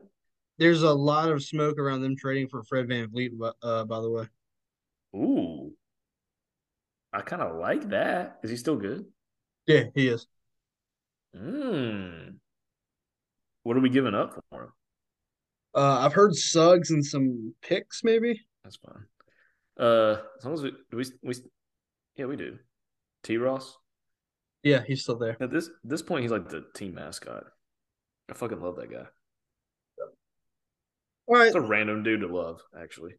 Speaker 1: there's a lot of smoke around them trading for fred van vliet uh, by the way
Speaker 2: Ooh, I kind of like that. Is he still good?
Speaker 1: yeah he is
Speaker 2: Mm. What are we giving up for him?
Speaker 1: Uh, I've heard Suggs and some picks, maybe.
Speaker 2: That's fine. Uh, as long as we do we we yeah we do. T Ross.
Speaker 1: Yeah, he's still there.
Speaker 2: At this this point, he's like the team mascot. I fucking love that guy.
Speaker 1: All right,
Speaker 2: It's a random dude to love, actually.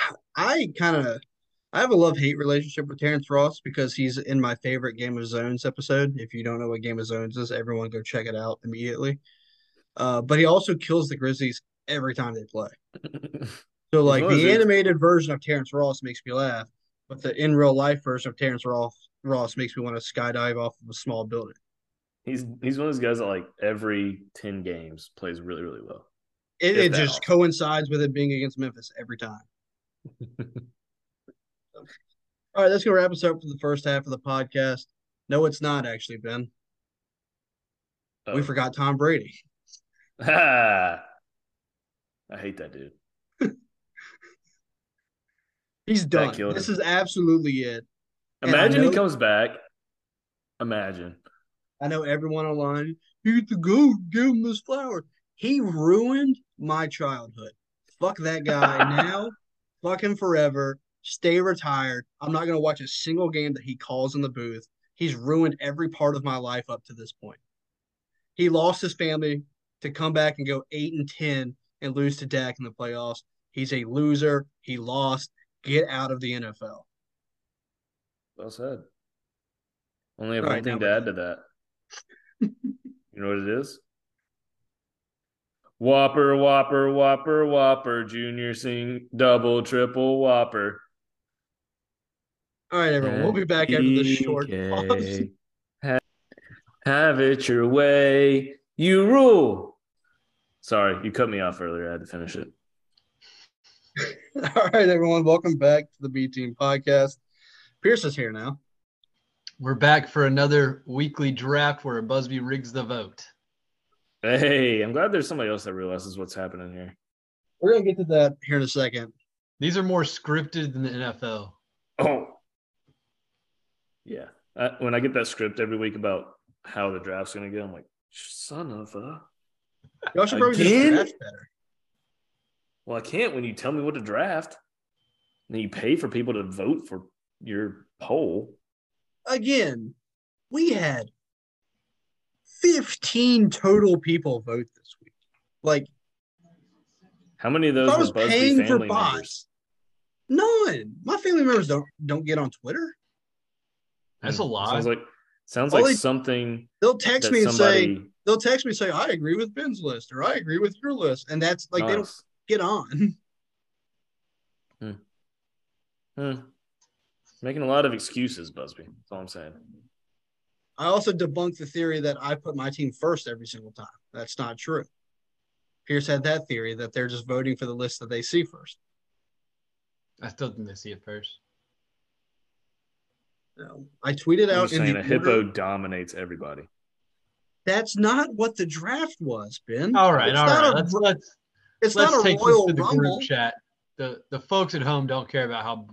Speaker 2: (laughs)
Speaker 1: I kind of I have a love hate relationship with Terrence Ross because he's in my favorite Game of Zones episode. If you don't know what Game of Zones is, everyone go check it out immediately. Uh, but he also kills the Grizzlies every time they play. So like
Speaker 2: one of
Speaker 1: the
Speaker 2: these-
Speaker 1: animated version of Terrence Ross makes me laugh, but the in real life version of Terrence Ross Ross makes me want to skydive off of a small building.
Speaker 2: he's he's one of those guys that like every ten games plays really really well.
Speaker 1: It,
Speaker 2: Is
Speaker 1: it
Speaker 2: that
Speaker 1: just
Speaker 2: awesome?
Speaker 1: coincides with it being against Memphis every time.
Speaker 2: (laughs)
Speaker 1: All right, that's gonna wrap us up for the first half of the podcast. No, it's not actually, Ben. We
Speaker 2: Oh.
Speaker 1: forgot Tom Brady.
Speaker 2: (laughs) I hate that dude.
Speaker 1: He's done.
Speaker 2: killed
Speaker 1: This
Speaker 2: him.
Speaker 1: is absolutely it. And I
Speaker 2: Imagine
Speaker 1: know-
Speaker 2: he comes back. Imagine.
Speaker 1: I know everyone online. He's the goat. Give him his flower. He ruined my childhood. Fuck that guy now. Fuck him forever. Stay retired. I'm not going to watch a single game that he calls in the booth. He's ruined every part of my life up to this point. He lost his family to come back and go 8 and 10 and lose to Dak in the playoffs. He's a loser. He lost. Get out of the NFL.
Speaker 2: Well said. Only have
Speaker 1: All
Speaker 2: one
Speaker 1: right, now
Speaker 2: thing to add to that. you know what it is? Whopper, Whopper, Whopper, Whopper. Junior sing double, triple, Whopper.
Speaker 1: All right, everyone. We'll be back after this short pause.
Speaker 2: PK. Ha- Have it your way. You rule. Sorry, you cut me off earlier. I had to finish it.
Speaker 1: (laughs) All right, everyone. Welcome back to the B Team Podcast. Pierce is here now.
Speaker 3: We're back for another weekly draft where Busby rigs the vote.
Speaker 2: Hey, I'm glad there's somebody else that realizes what's happening here.
Speaker 1: We're going to get to that here in a second.
Speaker 3: These are more scripted than the NFL.
Speaker 2: Oh, yeah. I, when I get that script every week about how the draft's going to go, I'm like, son of a.
Speaker 1: Y'all should probably just
Speaker 2: Again?
Speaker 1: draft better.
Speaker 2: Well, I can't when you tell me what to draft. And then you pay for people to vote for your poll.
Speaker 1: Again, we had 15 total people vote this week. Like,
Speaker 2: How many of
Speaker 1: if
Speaker 2: those
Speaker 1: I
Speaker 2: were
Speaker 1: was
Speaker 2: Busby
Speaker 1: paying for
Speaker 2: family
Speaker 1: bots,
Speaker 2: members?
Speaker 1: none. My family members don't don't get on Twitter.
Speaker 3: That's
Speaker 2: Hmm,
Speaker 3: a lot.
Speaker 2: Sounds like sounds
Speaker 1: All
Speaker 2: like
Speaker 1: they-
Speaker 2: something
Speaker 1: They'll text
Speaker 2: that
Speaker 1: me and say,
Speaker 2: somebody
Speaker 1: they'll text me and say, I agree with Ben's list or I agree with your list. And that's like, they don't
Speaker 2: Nice.
Speaker 1: get on. (laughs)
Speaker 2: Hmm. making a lot of excuses, Busby. That's all I'm saying.
Speaker 1: I also debunked the theory that I put my team first every single time. That's not true. Pierce had that theory that they're just voting for the list that they see first.
Speaker 3: I still think they see it first.
Speaker 1: No. I tweeted
Speaker 2: I'm
Speaker 1: out
Speaker 2: just
Speaker 1: in
Speaker 2: saying
Speaker 1: the
Speaker 2: a hippo
Speaker 1: order-
Speaker 2: dominates everybody.
Speaker 1: That's not what the draft was, Ben.
Speaker 3: All right,
Speaker 1: It's
Speaker 3: all
Speaker 1: not
Speaker 3: right.
Speaker 1: a-
Speaker 3: let's let's,
Speaker 1: It's
Speaker 3: let's
Speaker 1: not a
Speaker 3: take this
Speaker 1: royal
Speaker 3: to the
Speaker 1: rumble.
Speaker 3: group chat. The the folks at home don't care about how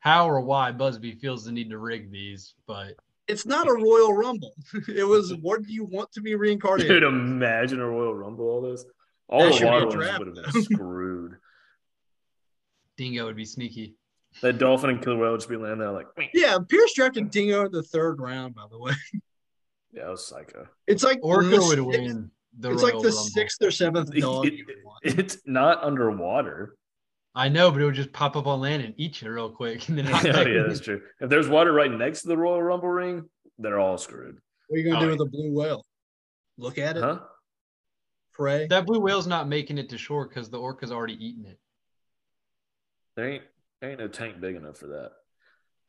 Speaker 3: how or why Busby feels the need to rig these, but
Speaker 1: It's not a royal rumble. (laughs) it was what do you want to be reincarnated?
Speaker 2: Dude, imagine a Royal Rumble, all this. All
Speaker 1: That should
Speaker 2: the
Speaker 1: be a
Speaker 2: water ones
Speaker 1: draft,
Speaker 2: would have been screwed.
Speaker 3: Dingo would be sneaky.
Speaker 2: that dolphin and killer whale would just be laying there like, "Meow."
Speaker 1: yeah, Pierce drafted Dingo in the third round, by the way. (laughs)
Speaker 2: yeah, that was psycho.
Speaker 1: It's like
Speaker 3: Orca
Speaker 1: the
Speaker 3: would
Speaker 1: sixth-
Speaker 3: win the
Speaker 1: It's
Speaker 3: Royal
Speaker 1: like the
Speaker 3: Rumble.
Speaker 1: sixth or seventh
Speaker 2: (laughs)
Speaker 1: dog you would want.
Speaker 2: It's not underwater.
Speaker 3: I know, but it would just pop up on land and eat you real
Speaker 2: (laughs)
Speaker 3: quick, (laughs) and then hop
Speaker 2: oh,
Speaker 3: back
Speaker 2: yeah,
Speaker 1: (laughs)
Speaker 3: in.
Speaker 2: that's true. If there's water right next to the Royal Rumble ring, they're all screwed.
Speaker 1: What are you gonna
Speaker 3: Oh,
Speaker 1: do with a blue whale? Look at it,
Speaker 2: Huh?
Speaker 1: pray.
Speaker 3: That blue whale's not making it to shore because the orca's already eaten it.
Speaker 2: There ain't there ain't no tank big enough for that.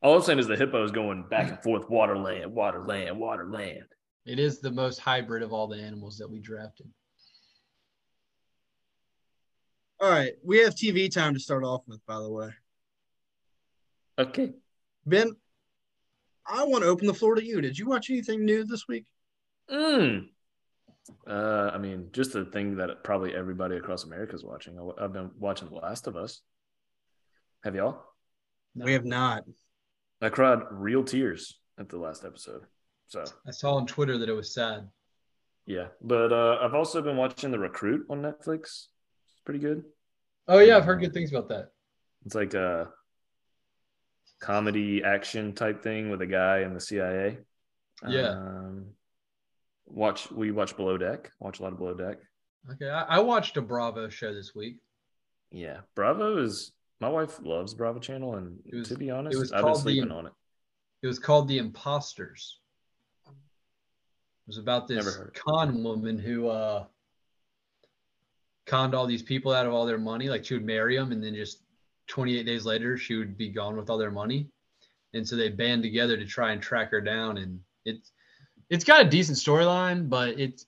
Speaker 2: All I'm saying is the hippo is going back and forth, water land, water land, water land.
Speaker 3: It is the most hybrid of all the animals that we drafted.
Speaker 1: All right, we have TV time to start off with, by the way.
Speaker 2: Okay.
Speaker 1: Ben, I want to open the floor to you. Did you watch anything new this week?
Speaker 2: Mm. Uh, I mean, just the thing that probably everybody across America is watching. I- I've been watching The Last of Us. Have y'all?
Speaker 1: We have not.
Speaker 2: I cried real tears at the last episode. So
Speaker 3: I saw on Twitter that it was sad.
Speaker 2: yeah, but uh, I've also been watching The Recruit on Netflix. It's pretty good.
Speaker 3: Oh yeah, I've heard good things about that.
Speaker 2: It's like a comedy action type thing with a guy in the CIA.
Speaker 3: Yeah.
Speaker 2: Um, watch we watch Below Deck. Watch a lot of Below Deck.
Speaker 3: Okay, I, I watched a Bravo show this week.
Speaker 2: Yeah, Bravo is my wife loves Bravo Channel, and
Speaker 3: It was-
Speaker 2: to be honest,
Speaker 3: was
Speaker 2: I've been
Speaker 3: called the-
Speaker 2: sleeping on it.
Speaker 3: It was called The Imposters. It was about
Speaker 2: Never
Speaker 3: this
Speaker 2: heard.
Speaker 3: con woman who uh, conned all these people out of all their money. Like she would marry them, and then just 28 days later, she would be gone with all their money. And so they band together to try and track her down. And it's it's got a decent storyline, but it's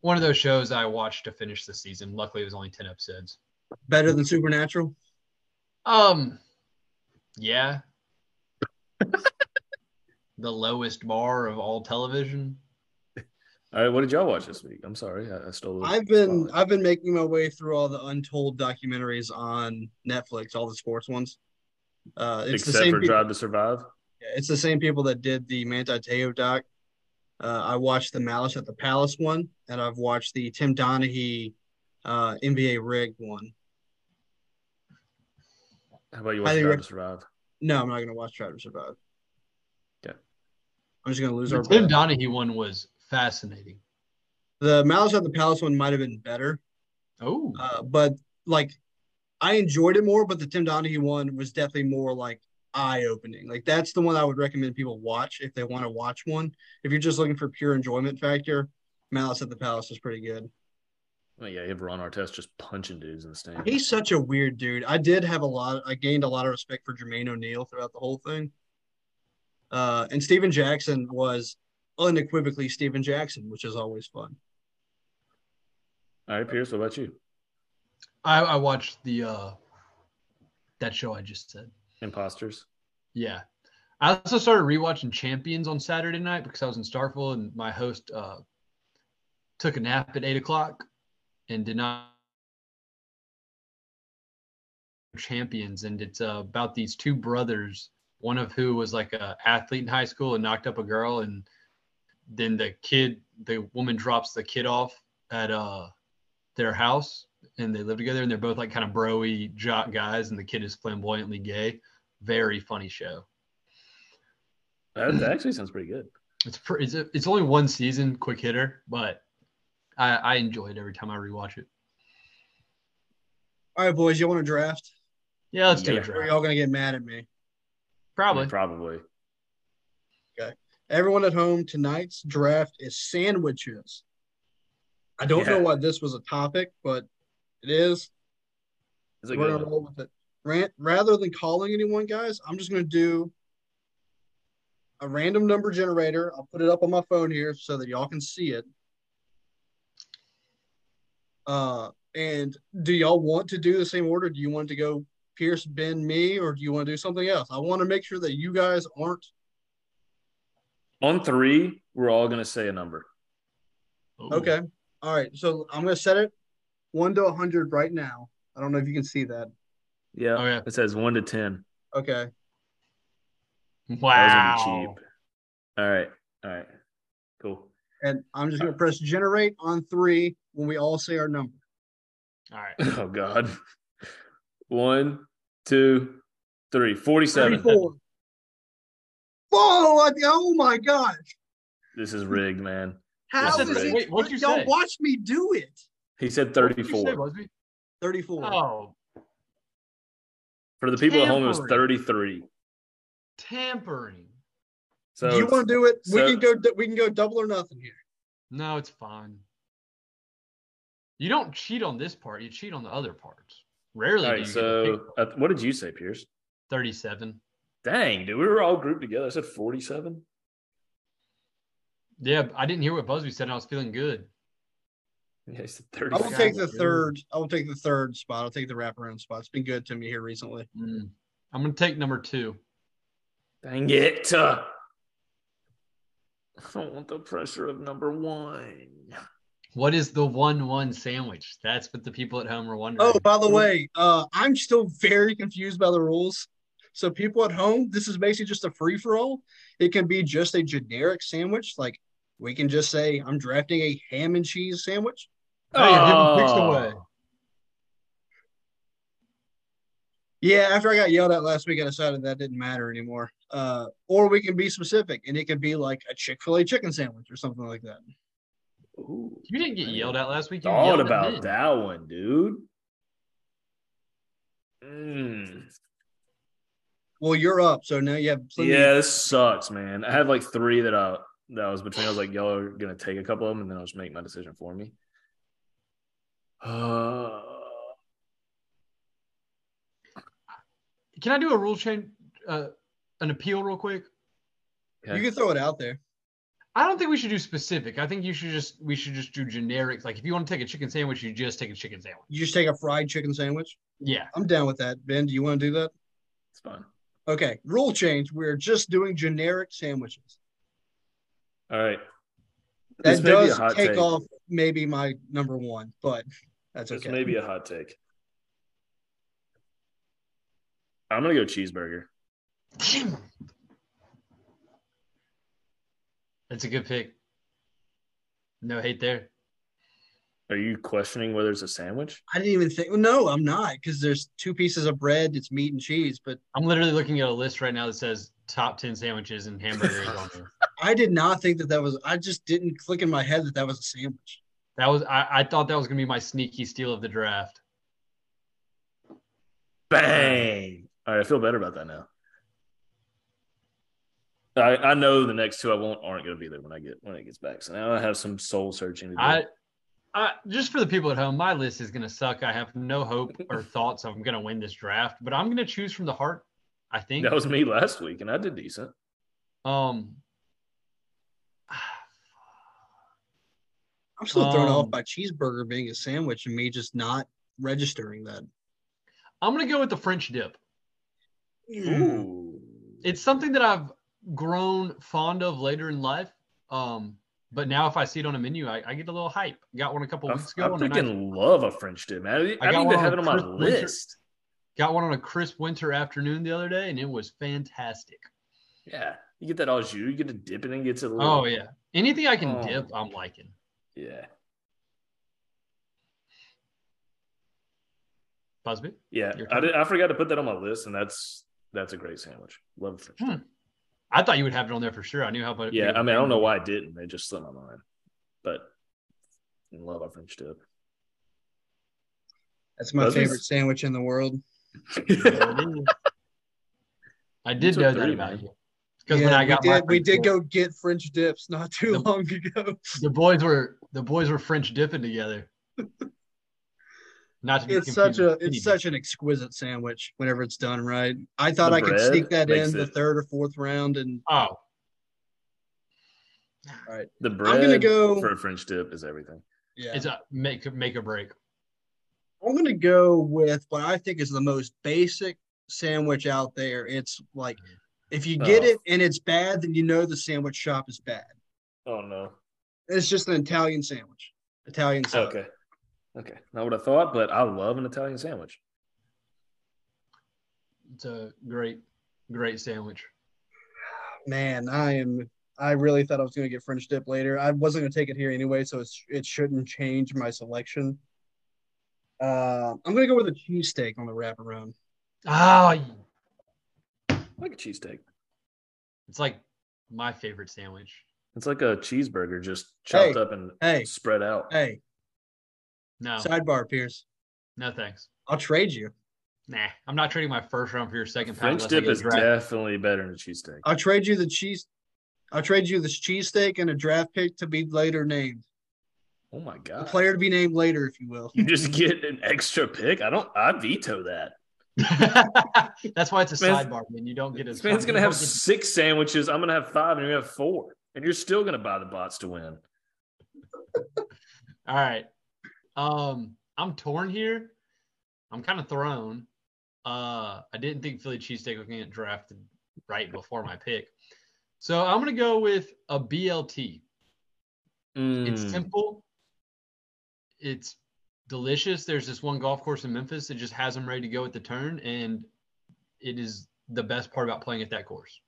Speaker 3: one of those shows I watched to finish the season. Luckily, it was only 10 episodes.
Speaker 1: Better than Supernatural?
Speaker 3: Um, yeah. the lowest bar of all television.
Speaker 2: All right, what did y'all watch this week? I'm sorry, I, I stole. the
Speaker 1: I've been
Speaker 2: spotlight.
Speaker 1: I've been making my way through all the untold documentaries on Netflix, all the sports ones. Uh, it's the
Speaker 2: except
Speaker 1: same
Speaker 2: for
Speaker 1: peop-
Speaker 2: Drive to Survive.
Speaker 1: it's the same people that did the Manti Te'o doc. Uh, I watched the Malice at the Palace one, and I've watched the Tim Donaghy uh, NBA rigged one.
Speaker 2: How about you watch
Speaker 1: Highly
Speaker 2: Drive
Speaker 1: rec-
Speaker 2: to Survive?
Speaker 1: No, I'm not gonna watch Try to Survive.
Speaker 2: Okay.
Speaker 1: I'm just gonna lose
Speaker 3: The
Speaker 1: our.
Speaker 3: Tim Donahue one was fascinating.
Speaker 1: The Malice at the Palace one might have been better,
Speaker 3: Oh,
Speaker 1: uh, but like I enjoyed it more. But the Tim Donahue one was definitely more like eye opening. Like that's the one I would recommend people watch if they want to watch one. If you're just looking for pure enjoyment factor, Malice at the Palace is pretty good.
Speaker 2: Oh, yeah, you have Ron Artest just punching dudes in the stand.
Speaker 1: He's such a weird dude. I did have a lot. I gained a lot of respect for Jermaine O'Neal throughout the whole thing. Uh, and Steven Jackson was unequivocally Steven Jackson, which is always fun.
Speaker 2: All right, Pierce, what about you?
Speaker 3: I, I watched the uh that show I just said.
Speaker 2: Imposters.
Speaker 3: Yeah. I also started rewatching Champions on Saturday night because I was in Starfield and my host uh, took a nap at eight o'clock and did not Champions and it's uh, about these two brothers, one of who was like a athlete in high school and knocked up a girl and then the kid the woman drops the kid off at uh their house and they live together and they're both like kind of broy jock guys and the kid is flamboyantly gay very funny show.
Speaker 2: That
Speaker 3: (clears throat)
Speaker 2: that actually sounds pretty good.
Speaker 3: It's pr- it's, it's only one season, quick hitter, but I, I enjoy it every time I rewatch it.
Speaker 1: All right, boys, you want to draft?
Speaker 3: Yeah, let's do
Speaker 2: Yeah.
Speaker 3: it.
Speaker 1: Or are
Speaker 3: Draft.
Speaker 1: y'all gonna get mad at me?
Speaker 2: I mean,
Speaker 3: Probably.
Speaker 2: probably.
Speaker 1: Everyone at home, tonight's draft is sandwiches. I don't know
Speaker 2: Yeah.
Speaker 1: why this was a topic, but it is.
Speaker 2: It's a
Speaker 1: We're
Speaker 2: good
Speaker 1: gonna
Speaker 2: one.
Speaker 1: roll with it. Ran- rather than calling anyone, guys, I'm just gonna do a random number generator. I'll put it up on my phone here so that y'all can see it. Uh, and do y'all want to do the same order? Do you want to go Pierce, Ben, me, or do you want to do something else? I want to make sure that you guys aren't.
Speaker 2: On three, we're all gonna say a number.
Speaker 3: Ooh.
Speaker 1: Okay. All right. So I'm gonna set it one to hundred right now. I don't know if you can see that.
Speaker 2: Yeah.
Speaker 3: Oh, yeah.
Speaker 2: It says one to ten.
Speaker 1: Okay.
Speaker 2: That
Speaker 3: Wow.
Speaker 2: was gonna be cheap. All right. All right. Cool.
Speaker 1: And I'm just gonna press generate on three when we all say our number.
Speaker 3: All right.
Speaker 2: Oh God. One, two, three. Forty-seven.
Speaker 1: 34. Whoa! I- oh my gosh!
Speaker 2: This is rigged, man.
Speaker 1: How
Speaker 2: This
Speaker 1: is
Speaker 2: is
Speaker 1: it?
Speaker 2: rigged.
Speaker 3: Wait, what'd you
Speaker 1: y'all
Speaker 3: say?
Speaker 1: watch me do it.
Speaker 2: He said
Speaker 3: What did you say,
Speaker 2: thirty-four.
Speaker 3: Busby?
Speaker 1: Thirty-four.
Speaker 3: Oh,
Speaker 2: For the people at home, it was
Speaker 3: Tampering.
Speaker 2: thirty-three.
Speaker 3: tampering.
Speaker 2: So
Speaker 1: do you
Speaker 2: it's-
Speaker 1: want to do it?
Speaker 2: so-
Speaker 1: we can go. We can go double or nothing here.
Speaker 3: No, it's fine. You don't cheat on this part. You cheat on the other parts. Rarely
Speaker 2: all right.
Speaker 3: do you get to
Speaker 2: So,
Speaker 3: pick
Speaker 2: uh, what did you say, Pierce?
Speaker 3: 37.
Speaker 2: Dang, dude, we were all grouped together. I said forty-seven.
Speaker 3: Yeah, I didn't hear what Busby said. And I was feeling good.
Speaker 2: Yeah, he said
Speaker 1: I will take
Speaker 2: thirty-seven.
Speaker 1: the third. I will take the third spot. I'll take the wraparound spot. It's been good to me here recently.
Speaker 3: Mm. I'm going to take number two.
Speaker 2: Dang it! (laughs) I don't want the pressure of number one.
Speaker 3: What is the one one sandwich? That's what the people at home are wondering.
Speaker 1: Oh, by the way, uh, I'm still very confused by the rules. So, people at home, this is basically just a free for all. It can be just a generic sandwich. Like, we can just say, I'm drafting a ham and cheese sandwich.
Speaker 3: Hey, you're giving picks
Speaker 2: Oh.
Speaker 3: away.
Speaker 1: Yeah, after I got yelled at last week, I decided that didn't matter anymore. Uh, or we can be specific, and it could be like a Chick fil A chicken sandwich or something like that.
Speaker 2: Ooh,
Speaker 3: You didn't get yelled at last week. You
Speaker 2: thought
Speaker 3: yelled at
Speaker 2: about
Speaker 3: me.
Speaker 2: that one, dude. Mm.
Speaker 1: Well, you're up, so now you have plenty.
Speaker 2: Yeah, this sucks, man. I had like three that I that I was between. I was like, y'all are gonna take a couple of them, and then I'll just make my decision for me. (sighs) Uh,
Speaker 3: Can I do a rule change, uh, an appeal real quick?
Speaker 1: You can throw it out there.
Speaker 3: I don't think we should do specific. I think you should just we should just do generic. Like if you want to take a chicken sandwich, you just take a chicken sandwich.
Speaker 1: You just take a fried chicken sandwich.
Speaker 3: (clears throat) Yeah.
Speaker 1: I'm down with that. Ben, do you want to do that?
Speaker 2: it's fine.
Speaker 1: Okay, rule change. We're just doing generic sandwiches.
Speaker 2: All right.
Speaker 1: That
Speaker 2: This may be a
Speaker 1: does
Speaker 2: hot
Speaker 1: take
Speaker 2: take.
Speaker 1: off maybe my number one, but that's
Speaker 2: This
Speaker 1: okay.
Speaker 2: may be a hot take. I'm gonna go cheeseburger.
Speaker 3: That's a good pick. No hate there.
Speaker 2: Are you questioning whether it's a sandwich?
Speaker 1: I didn't even think. No, I'm not because there's two pieces of bread. It's meat and cheese, but
Speaker 3: I'm literally looking at a list right now that says top 10 sandwiches and hamburgers on
Speaker 1: (laughs)
Speaker 3: there.
Speaker 1: I did not think that that was. I just didn't click in my head that that was a sandwich.
Speaker 3: That was I, I thought that was gonna be my sneaky steal of the draft.
Speaker 2: Bang! All right, I feel better about that now. I, I know the next two I won't aren't gonna be there when I get when it gets back. So now I have some soul searching to do.
Speaker 3: I, I just for the people at home, my list is gonna suck. I have no hope or
Speaker 2: (laughs)
Speaker 3: thoughts I'm gonna win this draft, but I'm gonna choose from the heart. I think.
Speaker 2: that was me last week, and I did decent.
Speaker 3: Um,
Speaker 1: I'm still thrown
Speaker 3: Um,
Speaker 1: off by cheeseburger being a sandwich and me just not registering that.
Speaker 3: I'm gonna go with the French dip.
Speaker 1: Mm.
Speaker 2: Ooh,
Speaker 3: It's something that I've grown fond of later in life. Um, but now if I see it on a menu, I, I get a little hype. Got one a couple
Speaker 2: I, I
Speaker 3: weeks ago. and I
Speaker 2: freaking love a French dip, man. I, didn't-
Speaker 3: I
Speaker 2: I
Speaker 3: got
Speaker 2: don't
Speaker 3: one
Speaker 2: even have it
Speaker 3: on
Speaker 2: on my
Speaker 3: Christmas winter-
Speaker 2: list.
Speaker 3: got one on a crisp winter afternoon the other day, and it was fantastic.
Speaker 2: Yeah, you get that au jus, you get to dip it and get to the.
Speaker 3: Oh yeah, anything I can
Speaker 2: Oh.
Speaker 3: dip, I'm liking.
Speaker 2: yeah,
Speaker 3: Busby,
Speaker 2: yeah.
Speaker 3: Your
Speaker 2: I
Speaker 3: turn.
Speaker 2: did, I forgot to put that on my list, and that's that's a great sandwich. Love French.
Speaker 3: Hmm.
Speaker 2: dip.
Speaker 3: I thought you would have it on there for sure. I knew how.
Speaker 2: Yeah, I mean, I don't know why I didn't. It just slipped my mind, but I love a French
Speaker 3: (laughs)
Speaker 2: dip.
Speaker 1: That's my
Speaker 2: Those are-
Speaker 1: favorite sandwich in the world.
Speaker 3: (laughs) I did
Speaker 2: These are
Speaker 3: know that
Speaker 2: three,
Speaker 3: about
Speaker 2: man.
Speaker 3: you because when
Speaker 1: Yeah,
Speaker 3: I got
Speaker 1: we
Speaker 3: my
Speaker 1: did, we
Speaker 3: French
Speaker 1: did
Speaker 3: dip,
Speaker 1: go get French dips not too
Speaker 3: The-
Speaker 1: long ago.
Speaker 3: the boys were the boys were French dipping together. Not to be
Speaker 1: It's
Speaker 3: confused
Speaker 1: such a
Speaker 3: with skinny
Speaker 1: it's
Speaker 3: dip.
Speaker 1: such an exquisite sandwich whenever it's done right. I thought
Speaker 2: The
Speaker 1: I could sneak
Speaker 2: bread
Speaker 1: that in
Speaker 2: makes
Speaker 1: the
Speaker 2: it-
Speaker 1: third or fourth round, and
Speaker 3: oh
Speaker 2: the bread
Speaker 1: gonna go-
Speaker 2: for a French dip is everything.
Speaker 1: yeah,
Speaker 3: it's a make make or break.
Speaker 1: I'm gonna go with what I think is the most basic sandwich out there. It's like if you get
Speaker 2: Oh.
Speaker 1: it and it's bad, then you know the sandwich shop is bad.
Speaker 2: Oh no.
Speaker 1: It's just an Italian sandwich. Italian sandwich.
Speaker 2: Okay. Okay. Not what I thought, but I love an Italian sandwich.
Speaker 3: It's a great great sandwich.
Speaker 1: Man, I am. I really thought I was going to get French dip later. I wasn't going to take it here anyway, so it's, it shouldn't change my selection. Uh, I'm going to go with a cheesesteak on the wraparound.
Speaker 3: Ah,
Speaker 2: Like a cheesesteak.
Speaker 3: it's like my favorite sandwich.
Speaker 2: It's like a cheeseburger just chopped
Speaker 1: Hey,
Speaker 2: up and
Speaker 1: hey.
Speaker 2: spread out.
Speaker 1: Hey,
Speaker 3: No,
Speaker 1: sidebar, Pierce.
Speaker 3: no thanks.
Speaker 1: I'll trade you.
Speaker 3: Nah, I'm not trading my first round for your second pound.
Speaker 2: French
Speaker 3: unless I
Speaker 2: dip
Speaker 3: get
Speaker 2: is
Speaker 3: drafted.
Speaker 2: definitely better than a cheesesteak.
Speaker 3: Uh,
Speaker 1: I'll trade you the cheese. I'll trade you this cheesesteak and a draft pick to be later named.
Speaker 2: Oh my
Speaker 1: A
Speaker 2: god.
Speaker 1: player to be named later, if you will.
Speaker 2: (laughs) You just get an extra pick. I don't I veto that.
Speaker 3: (laughs) That's why it's a
Speaker 2: This man's-
Speaker 3: sidebar, man. You don't get as
Speaker 2: This man's gonna have
Speaker 3: you don't get-
Speaker 2: six sandwiches. I'm gonna have five and you have four. And you're still gonna buy the bots to win.
Speaker 3: All right. Um, I'm torn here. I'm kind of thrown. Uh, I didn't think Philly cheesesteak was gonna get drafted right before my pick, so I'm gonna go with a BLT. It's
Speaker 2: Mm.
Speaker 3: simple. It's delicious. There's this one golf course in Memphis that just has them ready to go at the turn, and it is the best part about playing at that course.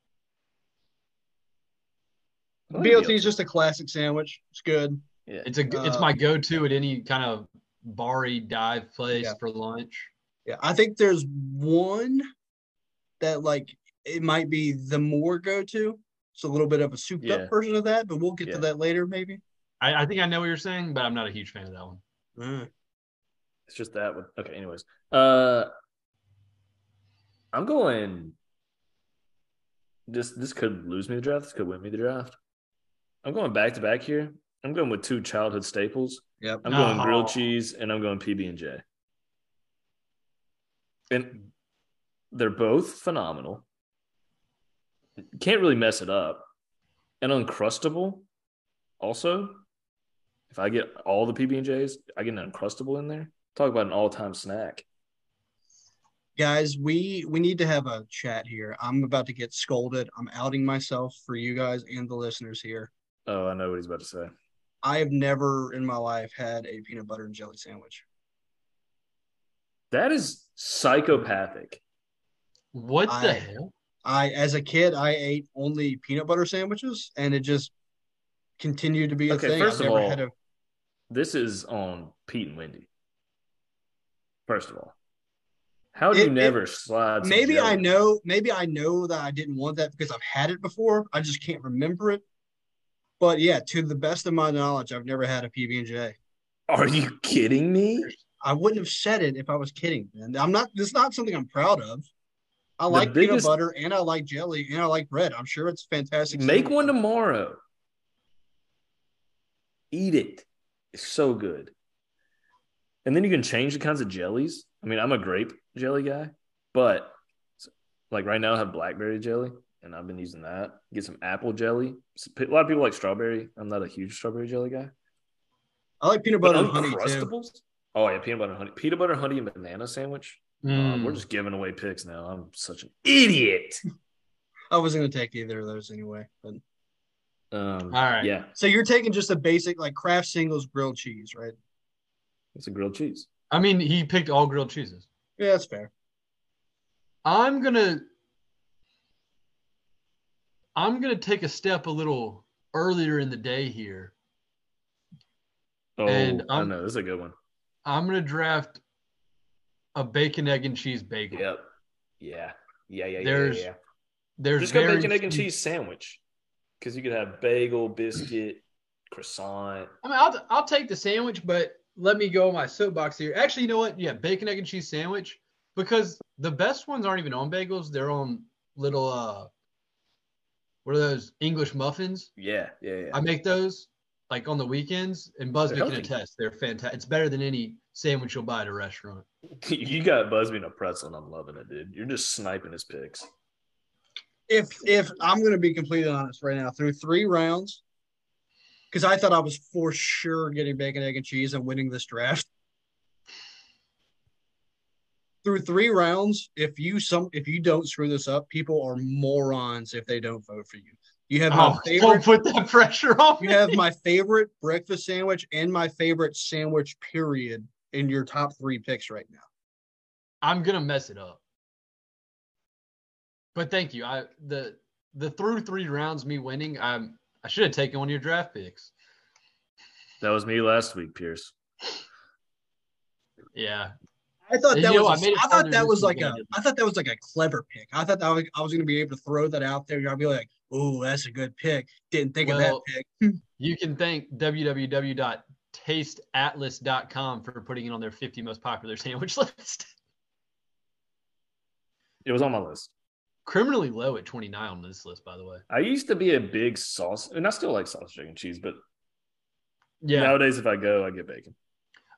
Speaker 2: I like
Speaker 1: BLT is just a classic sandwich. It's good.
Speaker 2: Yeah.
Speaker 3: It's a g- it's
Speaker 1: Uh,
Speaker 3: my go-to at any kind of bar-y dive place
Speaker 1: Yeah.
Speaker 3: for lunch.
Speaker 1: Yeah, I think there's one that like it might be the more go to. It's a little bit of a souped
Speaker 2: Yeah.
Speaker 1: up version of that, but we'll get
Speaker 2: Yeah.
Speaker 1: to that later, maybe.
Speaker 3: I, I think I know what you're saying, but I'm not a huge fan of that one.
Speaker 2: Mm. It's just that one. Okay, anyways. Uh I'm going this this could lose me the draft. This could win me the draft. I'm going back to back here. I'm going with two childhood staples.
Speaker 1: Yep.
Speaker 2: I'm going grilled
Speaker 3: Oh.
Speaker 2: cheese and I'm going PB and J. And they're both phenomenal. Can't really mess it up. And uncrustable also. If I get all the PB and J's, I get an uncrustable in there. Talk about an all-time snack.
Speaker 1: Guys, we we need to have a chat here. I'm about to get scolded. I'm outing myself for you guys and the listeners here.
Speaker 2: Oh, I know what he's about to say.
Speaker 1: I have never in my life had a peanut butter and jelly sandwich.
Speaker 2: That is psychopathic.
Speaker 3: What the
Speaker 1: I-
Speaker 3: hell?
Speaker 1: I as a kid, I ate only peanut butter sandwiches and it just continued to be a
Speaker 2: Okay,
Speaker 1: thing.
Speaker 2: first
Speaker 1: I've
Speaker 2: of
Speaker 1: never
Speaker 2: all,
Speaker 1: had a
Speaker 2: this is on Pete and Wendy. First of all, how do
Speaker 1: It-
Speaker 2: you
Speaker 1: it-
Speaker 2: never slide? some
Speaker 1: Maybe I
Speaker 2: jelly?
Speaker 1: know. Maybe I know that I didn't want that because I've had it before. I just can't remember it. But yeah, to the best of my knowledge, I've never had a PB and J.
Speaker 2: Are you kidding me?
Speaker 1: I wouldn't have said it if I was kidding. And I'm not. This is not something I'm proud of. I like peanut
Speaker 2: biggest-
Speaker 1: butter and I like jelly and I like bread. I'm sure it's fantastic.
Speaker 2: Make
Speaker 1: sandwich.
Speaker 2: one tomorrow. Eat it. It's so good. And then you can change the kinds of jellies. I mean, I'm a grape jelly guy, but like right now I have blackberry jelly and I've been using that. Get some apple jelly. A lot of people like strawberry. I'm not a huge strawberry jelly guy.
Speaker 1: I like peanut
Speaker 2: But
Speaker 1: butter and honey too.
Speaker 2: uncrustables. Oh yeah, peanut butter and honey. Peanut butter, honey, and banana sandwich. Uh, we're
Speaker 3: Mm.
Speaker 2: just giving away picks now. I'm such an idiot.
Speaker 1: I wasn't gonna take either of those anyway. But
Speaker 2: Um,
Speaker 3: All right.
Speaker 2: Yeah,
Speaker 1: so you're taking just a basic like Kraft singles grilled cheese, right?
Speaker 2: it's a grilled cheese.
Speaker 3: I mean, he picked all grilled cheeses.
Speaker 1: Yeah, that's fair.
Speaker 3: I'm gonna I'm gonna take a step a little earlier in the day here.
Speaker 2: Oh,
Speaker 3: And,
Speaker 2: I
Speaker 3: um,
Speaker 2: know this is a good one.
Speaker 3: I'm gonna draft a bacon, egg, and cheese bagel.
Speaker 2: Yep. Yeah. Yeah. Yeah. Yeah.
Speaker 3: There's
Speaker 2: Yeah. yeah.
Speaker 3: There's
Speaker 2: Just go
Speaker 3: very
Speaker 2: make an egg and
Speaker 3: few-
Speaker 2: cheese sandwich because you could have bagel, biscuit, croissant.
Speaker 3: I mean, I'll I'll take the sandwich, but let me go on my soapbox here. Actually, you know what? Yeah, bacon, egg, and cheese sandwich because the best ones aren't even on bagels. They're on little uh, what are those English muffins?
Speaker 2: Yeah. Yeah. Yeah.
Speaker 3: I make those like on the weekends, and Busby
Speaker 2: They're
Speaker 3: can
Speaker 2: healthy.
Speaker 3: attest. They're fantastic. It's better than any sandwich you'll buy at a restaurant.
Speaker 2: (laughs) you got Busby in a pretzel, and I'm loving it, dude. You're just sniping his picks.
Speaker 1: if if I'm gonna be completely honest right now, through three rounds, because I thought I was for sure getting bacon, egg, and cheese and winning this draft. Through three rounds, if you some if you don't screw this up, people are morons if they don't vote for you. You have my
Speaker 3: Oh,
Speaker 1: favorite
Speaker 3: don't put that (laughs) pressure on
Speaker 1: you
Speaker 3: me.
Speaker 1: have my favorite breakfast sandwich and my favorite sandwich period in your top three picks right now.
Speaker 3: I'm gonna mess it up. But thank you. I the the through three rounds me winning. I'm I should have taken one of your draft picks.
Speaker 2: That was me last week, Pierce.
Speaker 3: Yeah.
Speaker 1: I thought
Speaker 3: You
Speaker 1: that
Speaker 3: know,
Speaker 1: was
Speaker 3: I
Speaker 1: a-
Speaker 3: made it
Speaker 1: I thought
Speaker 3: harder
Speaker 1: that
Speaker 3: this
Speaker 1: was like
Speaker 3: week
Speaker 1: a
Speaker 3: than I did.
Speaker 1: I thought that was like a clever pick. I thought that I was, I was gonna be able to throw that out there. I'd be like, oh, that's a good pick. Didn't think of that
Speaker 3: Well-
Speaker 1: pick.
Speaker 3: You can thank www.tasteatlas.com for putting it on their 50 most popular (laughs) sandwich list.
Speaker 2: It was on my list.
Speaker 3: Criminally low at 29 on this list, by the way.
Speaker 2: I used to be a big sauce, and I still like sausage egg and cheese, but
Speaker 3: Yeah.
Speaker 2: nowadays if I go, I get bacon.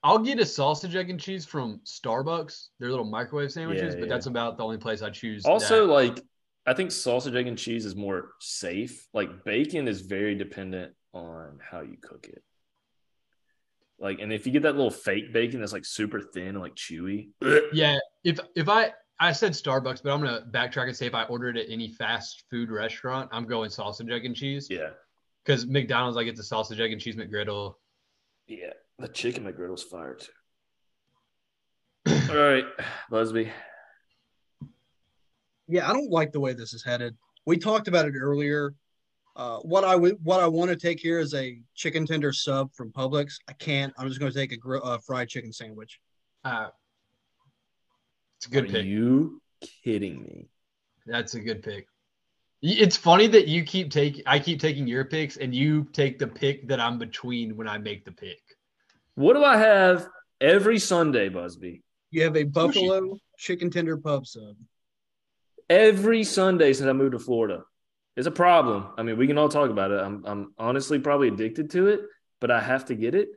Speaker 3: I'll get a sausage, egg, and cheese from Starbucks. They're little microwave sandwiches,
Speaker 2: Yeah,
Speaker 3: but
Speaker 2: yeah.
Speaker 3: that's about the only place I choose.
Speaker 2: Also,
Speaker 3: that.
Speaker 2: like I think sausage, egg, and cheese is more safe. Like bacon is very dependent on how you cook it. Like, and if you get that little fake bacon that's like super thin and like chewy,
Speaker 3: yeah. If if I I said Starbucks, but I'm gonna backtrack and say if I ordered at any fast food restaurant, I'm going sausage, egg, and cheese.
Speaker 2: yeah,
Speaker 3: Because McDonald's, I get the sausage, egg, and cheese McGriddle.
Speaker 2: yeah, the chicken McGriddle's fire too. All right, Busby.
Speaker 1: Yeah, I don't like the way this is headed. We talked about it earlier. Uh, what I would what I want to take here is a chicken tender sub from Publix. I can't. I'm just gonna take a gr- uh, fried chicken sandwich.
Speaker 3: Uh, it's a good
Speaker 2: Are
Speaker 3: pick.
Speaker 2: you kidding me?
Speaker 3: That's a good pick. Y- It's funny that you keep taking I keep taking your picks and you take the pick that I'm between when I make the pick.
Speaker 2: What do I have every Sunday, Busby?
Speaker 1: You have a buffalo chicken tender pub sub.
Speaker 2: every Sunday since I moved to Florida. It's a problem. I mean, we can all talk about it. I'm, I'm honestly probably addicted to it, but I have to get it,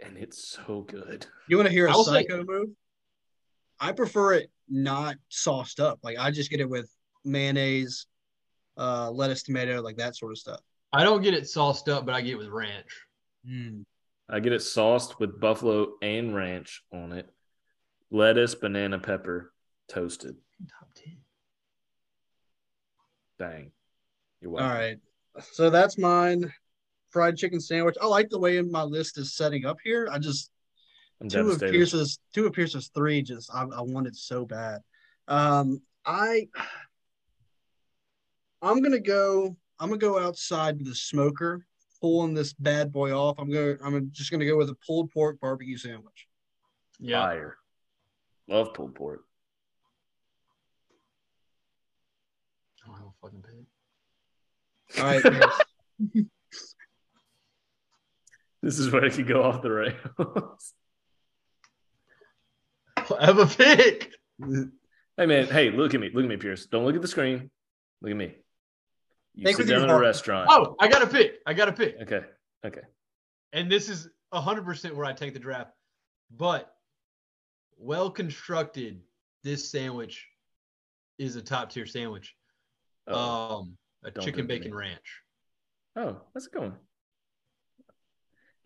Speaker 2: and it's so good.
Speaker 1: You want to hear a
Speaker 3: I'll say-
Speaker 1: psycho move? I prefer it not sauced up. Like I just get it with mayonnaise, uh, lettuce, tomato, like that sort of stuff.
Speaker 3: I don't get it sauced up, but I get it with ranch.
Speaker 2: I get it sauced with buffalo and ranch on it, lettuce, banana, pepper, toasted.
Speaker 3: Top ten.
Speaker 2: Dang, you're
Speaker 1: All
Speaker 2: welcome.
Speaker 1: right. So that's mine. Fried chicken sandwich. I like the way my list is setting up here. I just
Speaker 2: I'm
Speaker 1: two of
Speaker 2: devastated.
Speaker 1: Pierce's two of Pierce's three. Just I, I want it so bad. Um, I I'm gonna go. I'm gonna go outside with the smoker pulling this bad boy off. I'm gonna I'm just gonna go with a pulled pork barbecue sandwich.
Speaker 3: Yeah.
Speaker 2: Fire. Love pulled pork.
Speaker 3: I don't have a fucking pig.
Speaker 1: All right, guys.
Speaker 2: This is where it could go off the rails. (laughs)
Speaker 3: (laughs) I have
Speaker 2: (laughs)
Speaker 3: a pig.
Speaker 2: hey man, hey, look at me. Look at me, Pierce. Don't look at the screen. Look at me. You
Speaker 1: Think
Speaker 2: sit
Speaker 1: with your
Speaker 2: down in a
Speaker 1: heart.
Speaker 2: restaurant.
Speaker 3: Oh, I got a pig. I got a pig.
Speaker 2: Okay.
Speaker 3: and this is 100% where I take the draft. But well constructed, this sandwich is a top tier sandwich.
Speaker 2: Oh,
Speaker 3: um, a
Speaker 2: don't
Speaker 3: chicken
Speaker 2: do it to
Speaker 3: bacon
Speaker 2: me.
Speaker 3: ranch.
Speaker 2: oh that's a good one.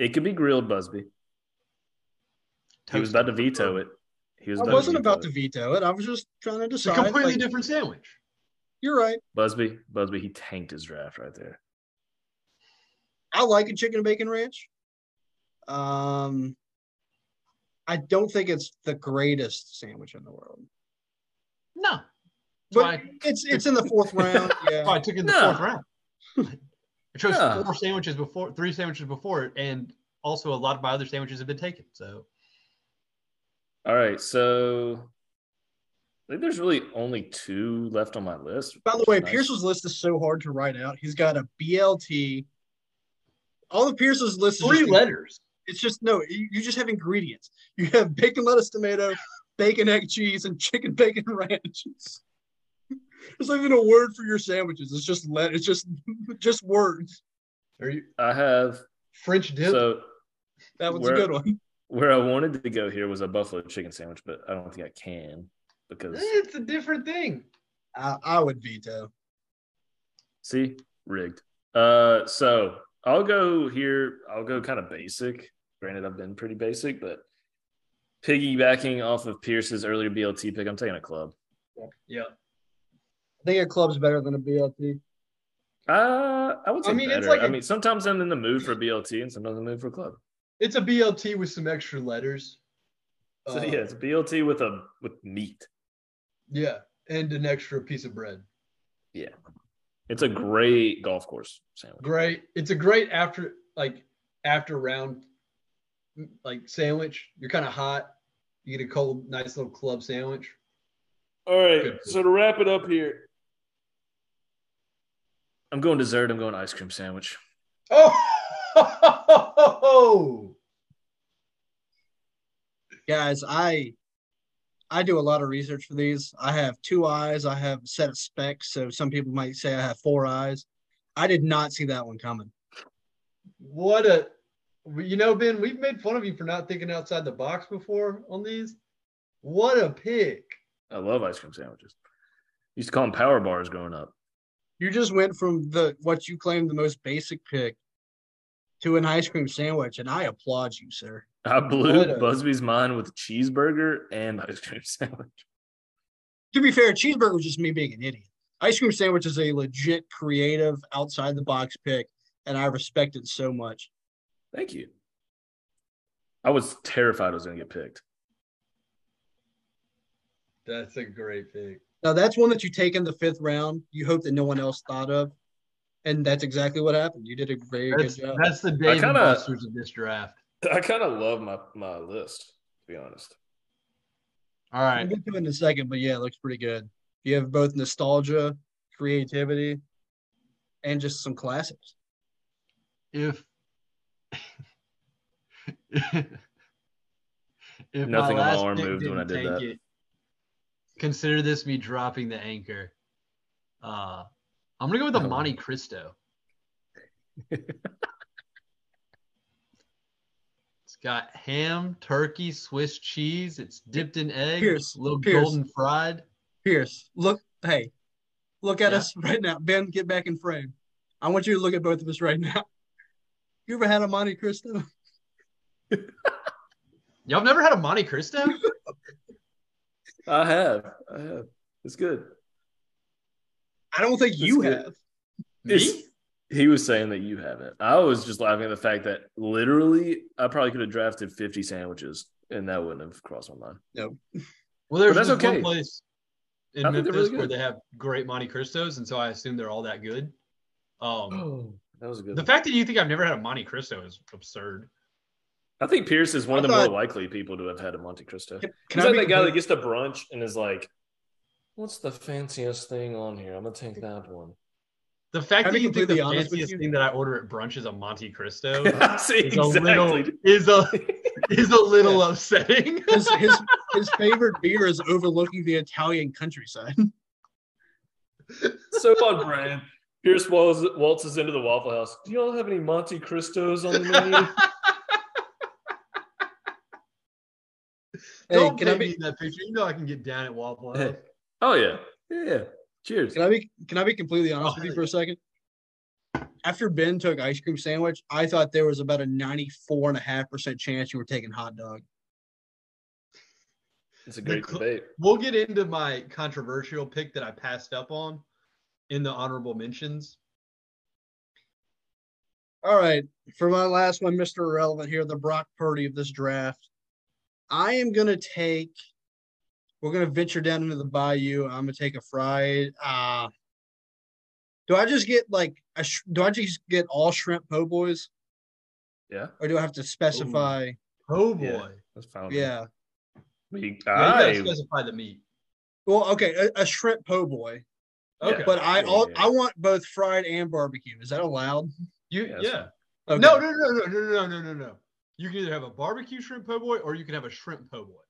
Speaker 2: It could be grilled, Busby. He was about to veto it. He was
Speaker 1: I
Speaker 2: about
Speaker 1: wasn't
Speaker 2: to
Speaker 1: about to
Speaker 2: veto it.
Speaker 1: veto it. I was just trying to
Speaker 3: It's a
Speaker 1: decide.
Speaker 3: completely
Speaker 1: like,
Speaker 3: different sandwich.
Speaker 1: You're right.
Speaker 2: Busby, Busby, he tanked his draft right there.
Speaker 1: I like a chicken and bacon ranch. Um, I don't think it's the greatest sandwich in the world,
Speaker 3: No. That's why,
Speaker 1: but it's it's in the fourth
Speaker 3: (laughs)
Speaker 1: round.
Speaker 3: that's
Speaker 1: Yeah,
Speaker 3: why I took it in the
Speaker 2: No.
Speaker 3: fourth round.
Speaker 2: (laughs)
Speaker 3: I chose
Speaker 2: No.
Speaker 3: four sandwiches before, three sandwiches before it, and also a lot of my other sandwiches have been taken. So
Speaker 2: All right, so I think there's really only two left on my list.
Speaker 1: By the
Speaker 2: which
Speaker 1: way,
Speaker 2: is nice.
Speaker 1: Pierce's list is so hard to write out. He's got a BLT. All of Pierce's list is
Speaker 3: three
Speaker 1: just-
Speaker 3: letters.
Speaker 1: It's just no. You, you just have ingredients. You have bacon, lettuce, tomato, bacon, egg, cheese, and chicken (laughs) bacon ranch. There's not even a word for your sandwiches. It's just let. It's just (laughs) just words.
Speaker 3: Are you
Speaker 2: I have
Speaker 3: French dip?
Speaker 2: so
Speaker 1: That was a
Speaker 2: Where-
Speaker 1: good one.
Speaker 2: where I wanted to go here was a buffalo chicken sandwich, but I don't think I can because
Speaker 3: Eh, it's a different thing.
Speaker 1: I, I would veto.
Speaker 2: see, rigged. Uh, so I'll go here. I'll go kind of basic. Granted, I've been pretty basic, but piggybacking off of Pierce's earlier BLT pick, I'm taking a club.
Speaker 3: Yeah.
Speaker 1: I think a club's better than a BLT.
Speaker 2: Uh, I would
Speaker 3: I
Speaker 2: say
Speaker 3: mean, it's
Speaker 2: better.
Speaker 3: like
Speaker 2: I
Speaker 3: a-
Speaker 2: mean, sometimes I'm in the mood for BLT and sometimes I'm in the mood for a club.
Speaker 3: It's a BLT with some extra letters.
Speaker 2: So
Speaker 3: Uh,
Speaker 2: yeah, it's BLT with a with meat.
Speaker 3: Yeah, and an extra piece of bread.
Speaker 2: It's a
Speaker 3: Mhm.
Speaker 2: great golf course sandwich.
Speaker 3: Great. It's a great after like after round like sandwich. You're kind of hot. You get a cold, nice little club sandwich.
Speaker 2: All right.
Speaker 3: Good.
Speaker 2: So to wrap it up here, I'm going dessert. I'm going ice cream sandwich.
Speaker 3: Oh, (laughs)
Speaker 1: Guys, I I do a lot of research for these. I have two eyes. I have a set of specs. So some people might say I have four eyes. I did not see that one coming.
Speaker 3: what a you know, Ben, we've made fun of you for not thinking outside the box before on these. What a pick.
Speaker 2: I love ice cream sandwiches. Used to call them power bars growing up.
Speaker 1: You just went from the what you claim the most basic pick to an ice cream sandwich, and I applaud you, sir.
Speaker 2: I blew
Speaker 3: What a-
Speaker 2: Busby's mind with cheeseburger and ice cream (laughs) sandwich.
Speaker 1: To be fair, cheeseburger was just me being an idiot. Ice cream sandwich is a legit creative outside the box pick, and I respect it so much.
Speaker 2: Thank you. I was terrified I was going to get picked.
Speaker 3: That's a great pick.
Speaker 1: Now that's one that you take in the fifth round. You hope that no one else thought of, and that's exactly what happened. You did a very
Speaker 3: That's,
Speaker 1: good job.
Speaker 3: that's the Dave
Speaker 2: kinda-
Speaker 3: and Buster's of this draft.
Speaker 2: I kind of love my my list, to be honest.
Speaker 3: All right.
Speaker 1: We'll get to it in a second, but yeah, it looks pretty good. You have both nostalgia, creativity, and just some classics.
Speaker 3: if (laughs) if
Speaker 2: Nothing on my arm
Speaker 3: pick
Speaker 2: moved when I
Speaker 3: didn't
Speaker 2: did
Speaker 3: take
Speaker 2: that.
Speaker 3: it, consider this me dropping the anchor. Uh, I'm gonna go with the
Speaker 2: Oh. (laughs)
Speaker 3: Monte Cristo. it's got ham, turkey, Swiss cheese. It's dipped in egg,
Speaker 1: Pierce,
Speaker 3: little
Speaker 1: Pierce.
Speaker 3: golden fried.
Speaker 1: Pierce, look, hey, look at
Speaker 3: Yeah.
Speaker 1: us (laughs) right now. Ben, get back in frame. I want you to look at both of us right now. You ever had a Monte Cristo?
Speaker 3: Y'all have never had a
Speaker 1: (laughs)
Speaker 3: Monte Cristo?
Speaker 2: I have. I have. It's good.
Speaker 1: I don't think
Speaker 2: That's
Speaker 1: you
Speaker 2: good.
Speaker 3: (gasps)
Speaker 1: have.
Speaker 2: It's- He was saying that you haven't. I was just laughing at the fact that literally I probably could have drafted 50 sandwiches and that wouldn't have crossed my mind.
Speaker 3: Well, there's
Speaker 2: But that's
Speaker 3: just
Speaker 2: okay.
Speaker 3: one place in
Speaker 2: I think they're
Speaker 3: Memphis
Speaker 2: really
Speaker 3: where
Speaker 2: good.
Speaker 3: they have great Monte Cristos, and so I assume they're all that good. Um,
Speaker 2: Oh, That was a good.
Speaker 3: The
Speaker 2: one.
Speaker 3: fact that you think I've never had a Monte Cristo is absurd.
Speaker 2: I think Pierce is one of
Speaker 1: I
Speaker 2: the
Speaker 1: thought-
Speaker 2: more likely people to have had a Monte Cristo.
Speaker 1: Can, can
Speaker 2: He's
Speaker 1: I
Speaker 2: like
Speaker 1: be
Speaker 2: that guy that
Speaker 1: completely-
Speaker 2: gets to brunch and is like, "What's the fanciest thing on here? I'm gonna take that (laughs) one."
Speaker 3: The fact
Speaker 1: Can I
Speaker 3: that
Speaker 1: be
Speaker 3: you think the
Speaker 1: completely honest with
Speaker 3: fanciest
Speaker 1: you?
Speaker 3: thing that I order at brunch is a Monte
Speaker 2: (laughs)
Speaker 3: Cristo
Speaker 2: See,
Speaker 3: is a little is a is a little upsetting.
Speaker 1: (laughs)
Speaker 3: (laughs)
Speaker 1: his, his his favorite beer is overlooking the Italian countryside.
Speaker 2: so on brand. Pierce waltz, waltzes into the Waffle House. Do y'all have any Monte Cristos on the
Speaker 3: (laughs)
Speaker 2: menu?
Speaker 1: Hey,
Speaker 3: Don't
Speaker 1: can
Speaker 3: pay
Speaker 1: I be
Speaker 3: me that picture. You know I can get down at Waffle House.
Speaker 2: oh yeah, yeah. Cheers.
Speaker 1: Can I be can I be completely honest with you for a second? After Ben took ice cream sandwich, I thought there was about a 94.5% chance you were taking hot dog.
Speaker 2: It's a great
Speaker 3: The cl-
Speaker 2: debate.
Speaker 3: We'll get into my controversial pick that I passed up on in the honorable mentions.
Speaker 1: All right. For my last one, Mr. Irrelevant here, the Brock Purdy of this draft. I am gonna take we're gonna venture down into the bayou. I'm gonna take a fried uh do I just get like a, sh- do I just get all shrimp po' boys
Speaker 2: Yeah,
Speaker 1: or do I have to specify?
Speaker 3: Oh boy.
Speaker 2: Yeah. that's fine. with me.
Speaker 1: Yeah.
Speaker 2: We,
Speaker 3: Yeah,
Speaker 2: I,
Speaker 3: you gotta specify the meat.
Speaker 1: Well, okay, a, a shrimp po' boy.
Speaker 3: Okay.
Speaker 2: Yeah.
Speaker 1: But I
Speaker 2: Yeah,
Speaker 1: all,
Speaker 2: yeah, yeah.
Speaker 1: I want both fried and barbecue. Is that allowed?
Speaker 3: you
Speaker 2: Yeah,
Speaker 3: yeah.
Speaker 1: Okay.
Speaker 2: that's
Speaker 3: No, no, no, no, no, no, no, no, no. You can either have a barbecue shrimp po' boy or you can have a shrimp po' boy.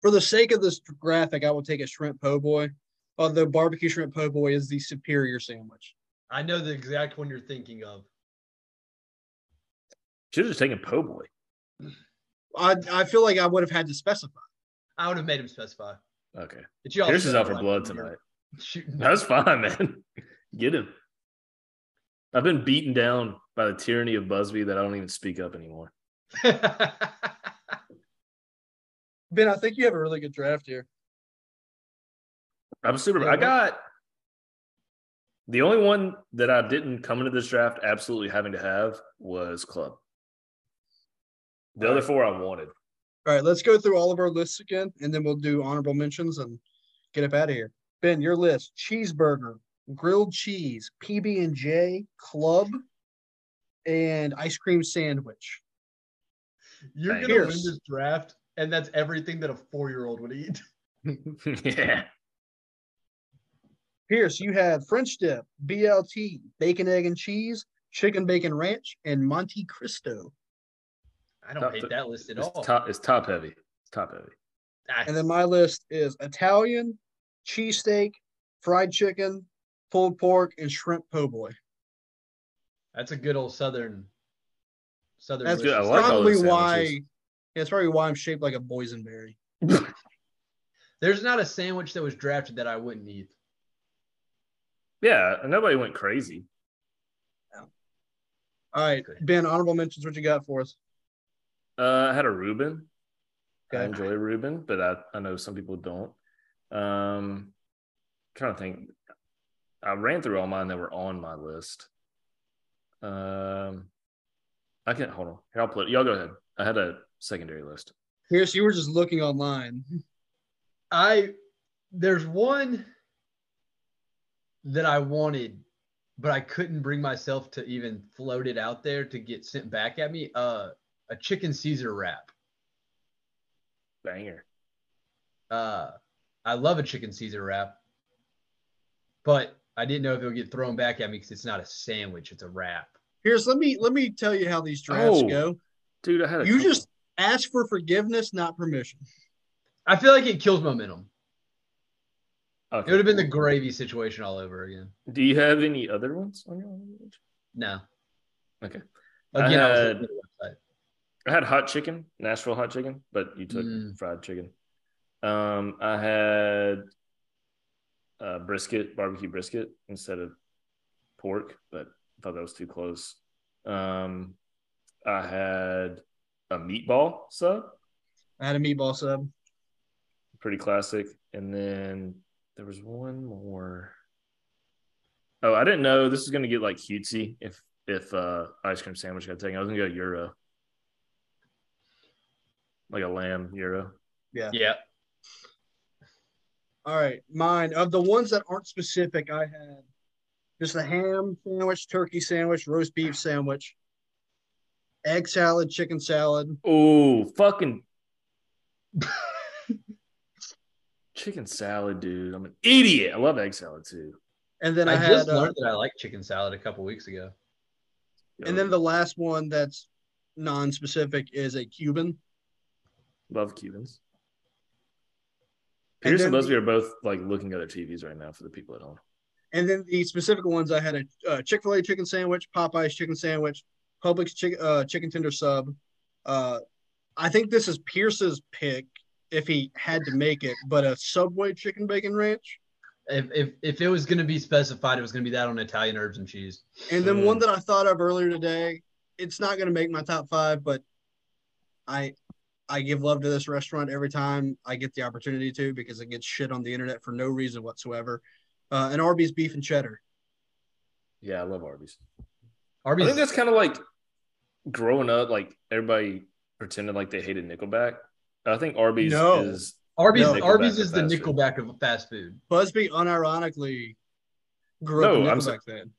Speaker 1: For the sake of this graphic, I will take a shrimp po' boy. Although barbecue shrimp po' boy is the superior sandwich.
Speaker 3: I know the exact one you're thinking of.
Speaker 2: should have just taken po' boy.
Speaker 1: I I feel like I would have had to specify.
Speaker 3: I would have made him specify.
Speaker 2: Okay,
Speaker 3: It's y'all
Speaker 2: Pierce is out for
Speaker 3: specify.
Speaker 2: blood tonight.
Speaker 3: Shooting.
Speaker 2: That's fine, (laughs) man. Get him. I've been beaten down by the tyranny of Busby that I don't even speak up anymore.
Speaker 1: Ben, I think you have a really good draft here.
Speaker 2: I'm super.
Speaker 1: Yeah,
Speaker 2: I
Speaker 1: what-
Speaker 2: got the only one that I didn't come into this draft absolutely having to have was Club. The other four I wanted.
Speaker 1: All right, let's go through all of our lists again, and then we'll do honorable mentions and get up out of here. Ben, your list: cheeseburger, grilled cheese, PB and J, club, and ice cream sandwich.
Speaker 3: (laughs) You're
Speaker 2: Thanks.
Speaker 3: gonna win
Speaker 1: Pierce.
Speaker 3: this draft, and that's everything that a four-year-old would eat. (laughs)
Speaker 2: yeah.
Speaker 1: Pierce, you have French dip, BLT, bacon, egg, and cheese, chicken, bacon, ranch, and Monte Cristo.
Speaker 3: I don't
Speaker 2: Top
Speaker 3: hate
Speaker 2: th-
Speaker 3: that list at
Speaker 2: It's
Speaker 3: all.
Speaker 2: top, it's top heavy. It's top heavy.
Speaker 3: Ah,
Speaker 1: And then my list is Italian, cheesesteak, fried chicken, pulled pork, and shrimp po' boy.
Speaker 3: that's a good old southern. Southern.
Speaker 1: That's
Speaker 2: good. I
Speaker 3: list.
Speaker 2: like all
Speaker 1: probably
Speaker 2: those
Speaker 1: why.
Speaker 2: sandwiches.
Speaker 1: yeah, That's probably why I'm shaped like a boysenberry.
Speaker 3: There's not a sandwich that was drafted that I wouldn't eat.
Speaker 2: Yeah. and Nobody went crazy.
Speaker 1: All right,
Speaker 3: Good.
Speaker 1: Ben, honorable mentions, what you got for us?
Speaker 2: Uh, I had a Reuben. I
Speaker 1: Okay.
Speaker 2: enjoy Reuben, but I, I know some people don't. Um, trying to think. I ran through all mine that were on my list. Um, I can't hold on. Here, I'll put y'all go ahead. I had a secondary list.
Speaker 1: Pierce, you were just looking online.
Speaker 3: I there's one that I wanted, but I couldn't bring myself to even float it out there to get sent back at me. Uh, a chicken Caesar wrap.
Speaker 2: Banger.
Speaker 3: Uh, I love a chicken Caesar wrap, but I didn't know if it would get thrown back at me because it's not a sandwich; it's a wrap.
Speaker 1: Pierce, let me let me tell you how these drafts
Speaker 2: Oh,
Speaker 1: go.
Speaker 2: Dude, I had a
Speaker 1: You
Speaker 2: couple.
Speaker 1: just ask for forgiveness, not permission.
Speaker 3: I feel like it kills momentum. It
Speaker 2: Okay.
Speaker 3: would have been the gravy situation all over again.
Speaker 2: Do you have any other ones on your list?
Speaker 3: No.
Speaker 2: Okay.
Speaker 3: Again, I, was
Speaker 2: Uh,
Speaker 3: looking at
Speaker 2: I had hot chicken, Nashville hot chicken, but you took
Speaker 3: Mm.
Speaker 2: fried chicken. Um, I had uh, brisket, barbecue brisket instead of pork, but I thought that was too close. Um, I had a meatball sub,
Speaker 1: I had a meatball sub.
Speaker 2: pretty classic, and then there was one more. Oh, I didn't know this was gonna get like cutesy if if uh, ice cream sandwich got taken. I was gonna go euro, like a lamb euro.
Speaker 3: the website. yeah.
Speaker 1: All right, mine of the ones that aren't specific, I had just a ham sandwich, turkey sandwich, roast beef sandwich, egg salad, chicken salad.
Speaker 2: Oh,
Speaker 3: (laughs)
Speaker 2: fucking chicken salad, dude. I'm an idiot. I love egg salad too.
Speaker 1: And then I,
Speaker 3: I,
Speaker 1: had
Speaker 3: just
Speaker 1: uh,
Speaker 3: learned that I like chicken salad a couple weeks ago.
Speaker 1: and then the last one that's non-specific is a Cuban.
Speaker 2: love Cubans.
Speaker 1: And
Speaker 2: Pierce and
Speaker 1: then-
Speaker 2: Leslie are both like looking at their TVs right now for the people at home.
Speaker 1: And then the specific ones I had a uh, Chick Fil A chicken sandwich, Popeyes chicken sandwich, Publix chick, uh, chicken tender sub. Uh, I think this is Pierce's pick if he had to make it, but a Subway chicken bacon ranch,
Speaker 3: If if if it was gonna be specified, it was gonna be that on Italian herbs and cheese.
Speaker 1: and then
Speaker 2: Mm.
Speaker 1: one that I thought of earlier today. It's not going to make my top five, but I I give love to this restaurant every time I get the opportunity to because it gets shit on the internet for no reason whatsoever. Uh, an Arby's beef and cheddar.
Speaker 2: Yeah, I love Arby's. I
Speaker 3: Arby's.
Speaker 2: think that's kind of like growing up, like everybody pretended like they hated Nickelback. I think Arby's
Speaker 1: No.
Speaker 2: is
Speaker 3: Arby's.
Speaker 1: No.
Speaker 2: Nickelback
Speaker 3: Arby's is
Speaker 2: of
Speaker 3: the
Speaker 2: fast food.
Speaker 3: Nickelback of fast food.
Speaker 1: Busby unironically grew
Speaker 2: No,
Speaker 1: up
Speaker 2: I'm
Speaker 1: in
Speaker 2: so-
Speaker 1: Nickelback then.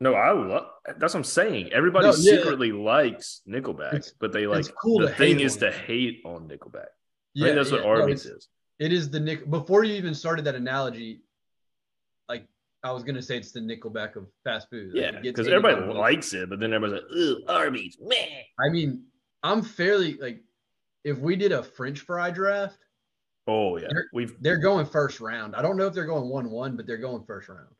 Speaker 2: no, I love that's what I'm saying. Everybody
Speaker 3: No, yeah.
Speaker 2: secretly likes Nickelback,
Speaker 3: It's-
Speaker 2: but they like
Speaker 3: it's cool
Speaker 2: the
Speaker 3: to
Speaker 2: thing
Speaker 3: hate
Speaker 2: is
Speaker 3: on
Speaker 2: to
Speaker 3: it.
Speaker 2: hate on Nickelback. I think that's what
Speaker 3: yeah. No,
Speaker 2: Arby's
Speaker 3: it's-
Speaker 2: is.
Speaker 3: It is the Nick. Before you even started that analogy, like I was gonna say, it's the Nickelback of fast food. Like,
Speaker 2: Yeah,
Speaker 3: it gets
Speaker 2: because
Speaker 3: hated
Speaker 2: everybody
Speaker 3: on both.
Speaker 2: likes it, but then everybody's like, "Ooh, Arby's, man."
Speaker 3: I mean, I'm fairly like, if we did a French fry draft,
Speaker 2: Oh yeah,
Speaker 3: They're-
Speaker 2: we've
Speaker 3: they're going first round. I don't know if they're going one one, but they're going first round.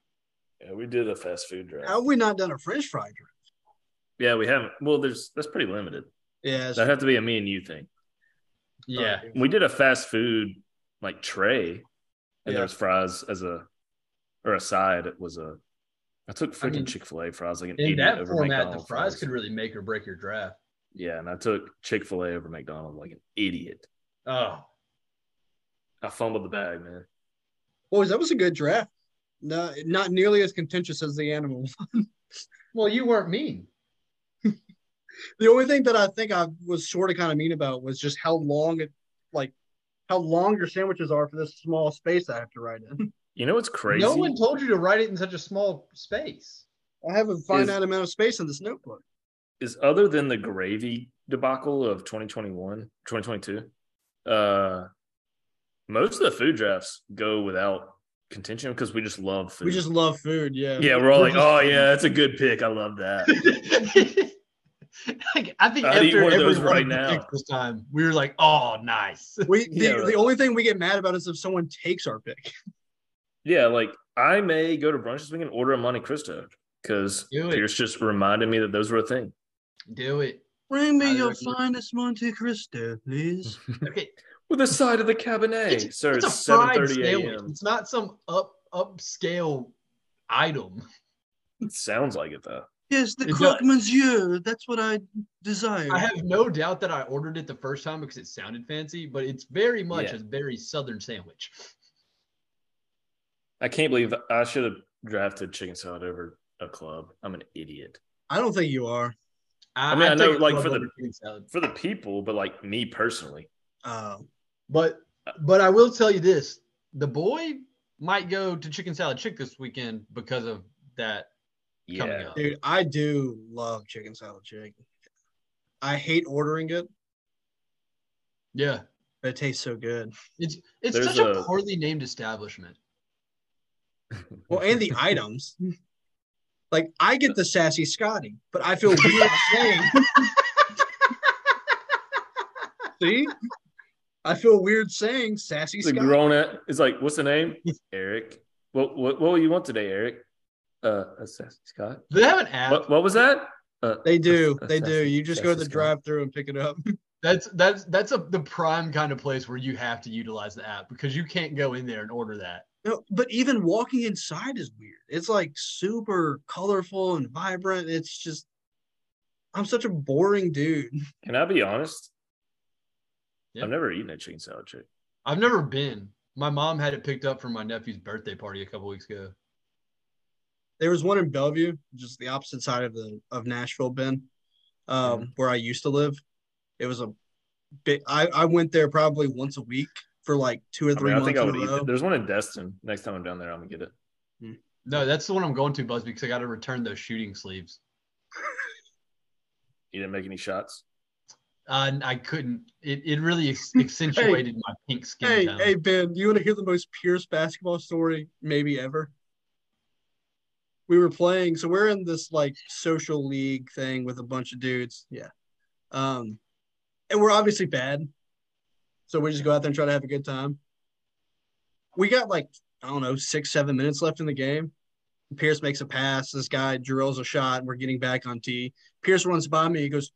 Speaker 2: yeah, we did a fast food draft.
Speaker 1: How have we not done a French fry drink?
Speaker 2: Yeah, we haven't. Well, there's that's pretty limited.
Speaker 1: Yeah, it's-
Speaker 2: That'd have to be a me and you thing.
Speaker 3: Yeah,
Speaker 2: We did a fast food like tray, and
Speaker 1: Yeah.
Speaker 2: there was fries as a or a side. It was a. I took freaking
Speaker 3: mean,
Speaker 2: Chick Fil A fries like an
Speaker 3: in
Speaker 2: idiot
Speaker 3: that
Speaker 2: over
Speaker 3: format, the
Speaker 2: McDonald's
Speaker 3: fries could really make or break your draft.
Speaker 2: Yeah, and I took Chick Fil A over McDonald's like an idiot.
Speaker 3: Oh,
Speaker 2: I fumbled the bag, man.
Speaker 1: Boys, that was a good draft. No, not nearly as contentious as the animal.
Speaker 3: well, you weren't mean.
Speaker 1: The only thing that I think I was sort of kind of mean about was just how long it, like, how long your sandwiches are for this small space I have to write in.
Speaker 2: You know what's crazy?
Speaker 3: No one told you to write it in such a small (laughs) space.
Speaker 1: I have a finite amount of space in this notebook.
Speaker 2: is other than the gravy debacle of 2021 2022 uh most of the food drafts go without contention because we just love food
Speaker 1: We just love food. Yeah.
Speaker 2: yeah we're all
Speaker 3: we're
Speaker 2: like
Speaker 3: just-
Speaker 2: oh yeah that's a good pick i love
Speaker 3: (laughs)
Speaker 2: that
Speaker 3: like, I think
Speaker 2: I'd eat
Speaker 3: after
Speaker 2: one of
Speaker 3: every
Speaker 2: those
Speaker 3: one
Speaker 2: right
Speaker 3: of the
Speaker 2: now.
Speaker 3: picks this time, we were like, "Oh, nice."
Speaker 1: (laughs)
Speaker 3: (laughs)
Speaker 1: We the,
Speaker 2: Yeah, right.
Speaker 1: the only thing we get mad about is if someone takes our pick.
Speaker 2: yeah like i may go to brunch this weekend and order a monte cristo because
Speaker 3: Do it.
Speaker 2: pierce just reminded me that those were a thing
Speaker 3: Do it.
Speaker 1: Bring
Speaker 3: me I your reckon-
Speaker 1: finest Monte Cristo, please.
Speaker 3: Okay,
Speaker 2: with a side of the cabernet
Speaker 3: It's-
Speaker 2: sir
Speaker 3: it's a
Speaker 2: it's
Speaker 3: fried
Speaker 2: 7:30
Speaker 3: sandwich.
Speaker 2: a.m
Speaker 3: It's not some up upscale item.
Speaker 2: It sounz like it though
Speaker 1: Yes, the
Speaker 3: It does-
Speaker 1: monsieur. That's what I desire.
Speaker 3: I have no doubt that I ordered it the first time because it sounded fancy, but it's very much
Speaker 2: Yeah.
Speaker 3: a very southern sandwich.
Speaker 2: i can't believe i should have drafted chicken salad over a club i'm an idiot
Speaker 1: I don't think you are.
Speaker 2: I mean, I
Speaker 3: I'd
Speaker 2: know,
Speaker 3: take a
Speaker 2: like,
Speaker 3: club
Speaker 2: for the-
Speaker 3: over chicken salad.
Speaker 2: for the people, but like me personally.
Speaker 1: Uh,
Speaker 3: but but I will tell you this: the boy might go to chicken salad chick this weekend because of that coming
Speaker 2: Yeah.
Speaker 3: up.
Speaker 1: Dude, I do love chicken salad chicken. I hate ordering it,
Speaker 3: Yeah,
Speaker 1: but it tastes so good.
Speaker 3: it's it's
Speaker 2: There's
Speaker 3: such a,
Speaker 2: a-
Speaker 3: poorly named establishment.
Speaker 1: Well, and the items. Like I get the sassy Scotty, but I feel weird saying. See, I feel weird saying sassy
Speaker 2: It's a
Speaker 1: Scotty.
Speaker 2: grown up. It's like, what's the
Speaker 3: (laughs)
Speaker 2: name? Eric. What what what will you want today, Eric? Uh, a sassy Scott.
Speaker 3: Do they have an app?
Speaker 2: What what was that? Uh,
Speaker 1: they do,
Speaker 2: a- a
Speaker 1: they do.
Speaker 2: sassy-
Speaker 1: You just go to
Speaker 2: sassy
Speaker 1: the
Speaker 2: Scott.
Speaker 1: drive-through and pick it up.
Speaker 3: That's that's that's a the prime kind of place where you have to utilize the app because you can't go in there and order that.
Speaker 1: No, but even walking inside is weird. It's like super colorful and vibrant. It's just, I'm such a boring dude.
Speaker 2: Can I be honest?
Speaker 3: Yeah.
Speaker 2: I've never eaten a chicken salad chick.
Speaker 3: I've never been. My mom had it picked up for my nephew's birthday party a couple weeks ago.
Speaker 1: there was one in Bellevue, just the opposite side of the of Nashville, Ben, um,
Speaker 2: Mm-hmm.
Speaker 1: where I used to live. It was a bit. I I went there probably once a week for like two or
Speaker 2: I,
Speaker 1: three
Speaker 2: mean, I
Speaker 1: months
Speaker 2: think I would
Speaker 1: in a
Speaker 2: eat
Speaker 1: row.
Speaker 2: it. There's one in Destin. Next time I'm down there, I'm gonna get it.
Speaker 3: No, that's the one I'm going to, Buzz, because I got to return those shooting sleeves.
Speaker 2: You didn't make any shots.
Speaker 3: Uh, I couldn't. It, it really
Speaker 2: (laughs)
Speaker 3: ex- accentuated my pink skin
Speaker 1: Hey,
Speaker 3: tone.
Speaker 1: hey, Ben, you want to hear the most Pierce basketball story maybe ever? We were playing, so we're in this like social league thing with a bunch of dudes. Yeah. Um, and we're obviously bad. So we just go out there and try to have a good time. We got like, I don't know, six, seven minutes left in the game. Pierce makes a pass. This guy drills a shot. We're getting back on T. Pierce runs by me. He goes,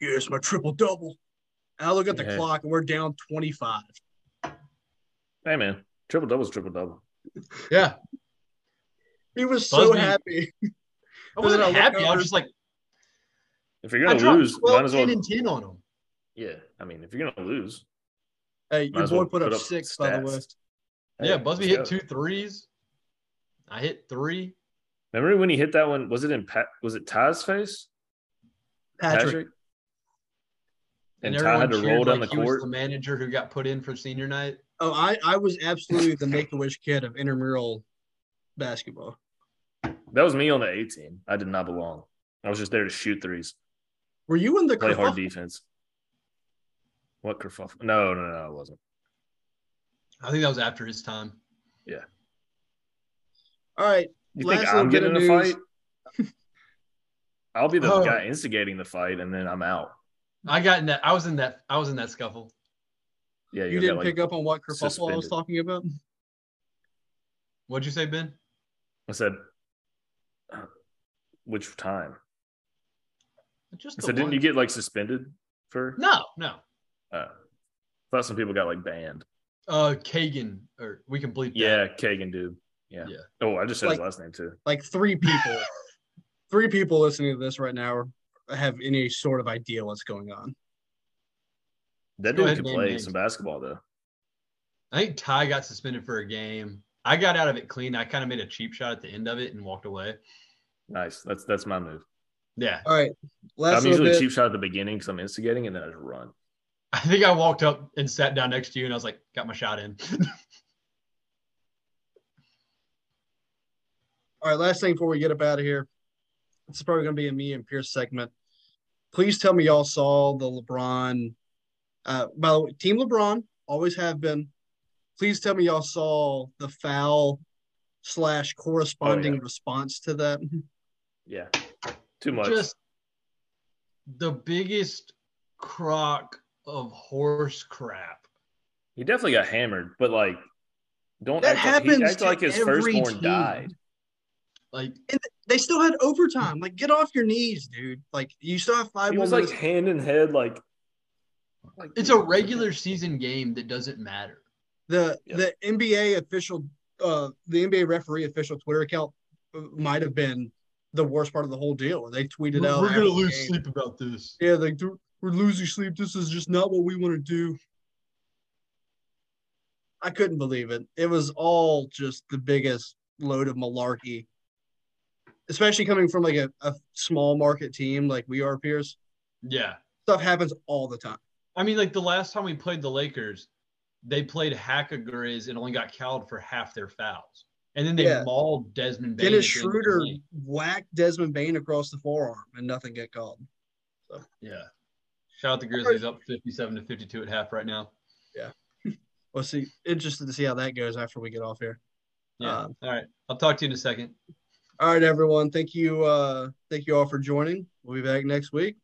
Speaker 1: Yeah, it's my triple double. And I look at the
Speaker 2: Yeah.
Speaker 1: clock and we're down 25.
Speaker 2: Hey man, triple double is triple double.
Speaker 3: Yeah,
Speaker 1: He was so
Speaker 3: Busby.
Speaker 1: happy.
Speaker 3: I
Speaker 1: And
Speaker 3: wasn't
Speaker 1: then I look
Speaker 3: happy. I
Speaker 1: over-
Speaker 3: was just like,
Speaker 2: If you're
Speaker 3: I
Speaker 2: gonna
Speaker 3: dropped
Speaker 2: lose,
Speaker 3: 12,
Speaker 2: might as
Speaker 3: 10,
Speaker 2: well.
Speaker 3: and 10 on them.
Speaker 2: Yeah, I mean, if you're gonna lose,
Speaker 1: Hey,
Speaker 2: might
Speaker 1: your
Speaker 2: as
Speaker 1: boy
Speaker 2: well
Speaker 1: put, up, six, by the
Speaker 2: stats.
Speaker 1: way.
Speaker 2: Hey,
Speaker 3: yeah, Busby hit
Speaker 2: let's go.
Speaker 3: two threes. I hit three.
Speaker 2: Remember when he hit that one? Was it in Pat? Was it Ty's face?
Speaker 1: Patrick.
Speaker 2: And, Ty
Speaker 3: everyone
Speaker 2: had to
Speaker 3: cheered
Speaker 2: roll down
Speaker 3: like
Speaker 2: the
Speaker 3: he was
Speaker 2: court.
Speaker 3: the manager who got put in for senior night.
Speaker 1: Oh, I, I was absolutely the make a wish kid of intramural basketball.
Speaker 2: That was me on the A team. I did not belong. I was just there to shoot threes,
Speaker 1: Were you in the
Speaker 2: play hard
Speaker 3: (laughs)
Speaker 1: kerfuffle?
Speaker 2: defense. What kerfuffle? No, no, no, it wasn't.
Speaker 3: I think that was after his time.
Speaker 1: All right.
Speaker 2: You
Speaker 1: Last
Speaker 2: think
Speaker 1: little
Speaker 2: I'm
Speaker 1: bit
Speaker 2: getting in
Speaker 1: of
Speaker 2: a
Speaker 1: news.
Speaker 2: fight?
Speaker 3: (laughs)
Speaker 2: I'll be the
Speaker 3: Oh.
Speaker 2: guy instigating the fight, and then I'm out.
Speaker 3: I got in that. I was in that. I was in that scuffle.
Speaker 2: Yeah,
Speaker 1: You
Speaker 2: got,
Speaker 1: didn't
Speaker 2: like,
Speaker 1: pick up on what kerfuffle I was
Speaker 2: suspended.
Speaker 1: talking about?
Speaker 3: What'd you say, Ben?
Speaker 2: I said, which time? I
Speaker 3: Just the
Speaker 2: said, didn't
Speaker 3: one.
Speaker 2: you get like suspended for?
Speaker 3: No, no.
Speaker 2: Uh, thought some people got like banned.
Speaker 3: Uh, Kagan, or we can bleep that.
Speaker 2: Yeah, Kagan dude. Yeah.
Speaker 3: Yeah.
Speaker 2: Oh, I just said his
Speaker 1: Like-
Speaker 2: last name too.
Speaker 1: Like three people.
Speaker 2: (laughs)
Speaker 1: three people listening to this right now have any sort of idea what's going on.
Speaker 2: That
Speaker 3: Go
Speaker 2: dude
Speaker 3: ahead
Speaker 2: could
Speaker 3: and name
Speaker 2: play
Speaker 3: names.
Speaker 2: some basketball though.
Speaker 3: I think Ty got suspended for a game. I got out of it clean. I kind of made a cheap shot at the end of it and walked away.
Speaker 2: Nice. That's that's my move.
Speaker 3: Yeah, (laughs)
Speaker 1: All right. Last little
Speaker 2: I'm usually
Speaker 1: bit.
Speaker 2: a cheap shot at the beginning because I'm instigating and then I just run.
Speaker 3: I think I walked up and sat down next to you, and I was like, "Got my shot in."
Speaker 1: All right, last thing before we get up out of here. This is probably going to be a me and Pierce segment. Please tell me y'all saw the LeBron. Uh, by the way, Team LeBron always have been. Please tell me y'all saw the foul slash corresponding
Speaker 2: Oh, yeah.
Speaker 1: response to that.
Speaker 2: Yeah. Too much.
Speaker 3: Just the biggest crock of horse crap.
Speaker 2: he definitely got hammered, but like don't
Speaker 1: That
Speaker 2: act like, he
Speaker 1: happens
Speaker 2: act
Speaker 1: to
Speaker 2: like his
Speaker 1: every
Speaker 2: firstborn
Speaker 1: team.
Speaker 2: died.
Speaker 3: Like
Speaker 1: They still had overtime. Like, get off your knees, dude. Like, you still have five
Speaker 2: He
Speaker 1: more
Speaker 2: was like
Speaker 1: minutes.
Speaker 2: hand in head, like, like
Speaker 3: it's a regular season game that doesn't matter.
Speaker 1: the
Speaker 2: Yeah.
Speaker 1: the NBA official, uh, the NBA referee official Twitter account uh, might have been the worst part of the whole deal. They tweeted
Speaker 3: We're,
Speaker 1: out,
Speaker 3: we're
Speaker 1: after
Speaker 3: gonna
Speaker 1: the
Speaker 3: lose
Speaker 1: game.
Speaker 3: sleep about this.
Speaker 1: Yeah, like dude, we're losing sleep. This is just not what we want to do. I couldn't believe it. It was all just the biggest load of malarkey, especially coming from like a, a small market team like we are, Pierce.
Speaker 3: Yeah.
Speaker 1: Stuff happens all the time.
Speaker 3: I mean, like the last time we played the Lakers, they played Hackagriz and only got cowed for half their fouls. And then they
Speaker 1: Yeah.
Speaker 3: mauled Desmond Bain.
Speaker 1: Dennis
Speaker 3: at the end of the
Speaker 1: Schroeder
Speaker 3: game.
Speaker 1: whacked Desmond Bain across the forearm and nothing got called.
Speaker 3: Yeah. Shout out the Grizzlies up 57 to 52 at half right now.
Speaker 1: We'll see. Interested to see how that goes after we get off here.
Speaker 3: Yeah.
Speaker 1: Um,
Speaker 3: all right. I'll talk to you in a second.
Speaker 1: All right, everyone. Thank you. Uh, thank you all for joining. We'll be back next week.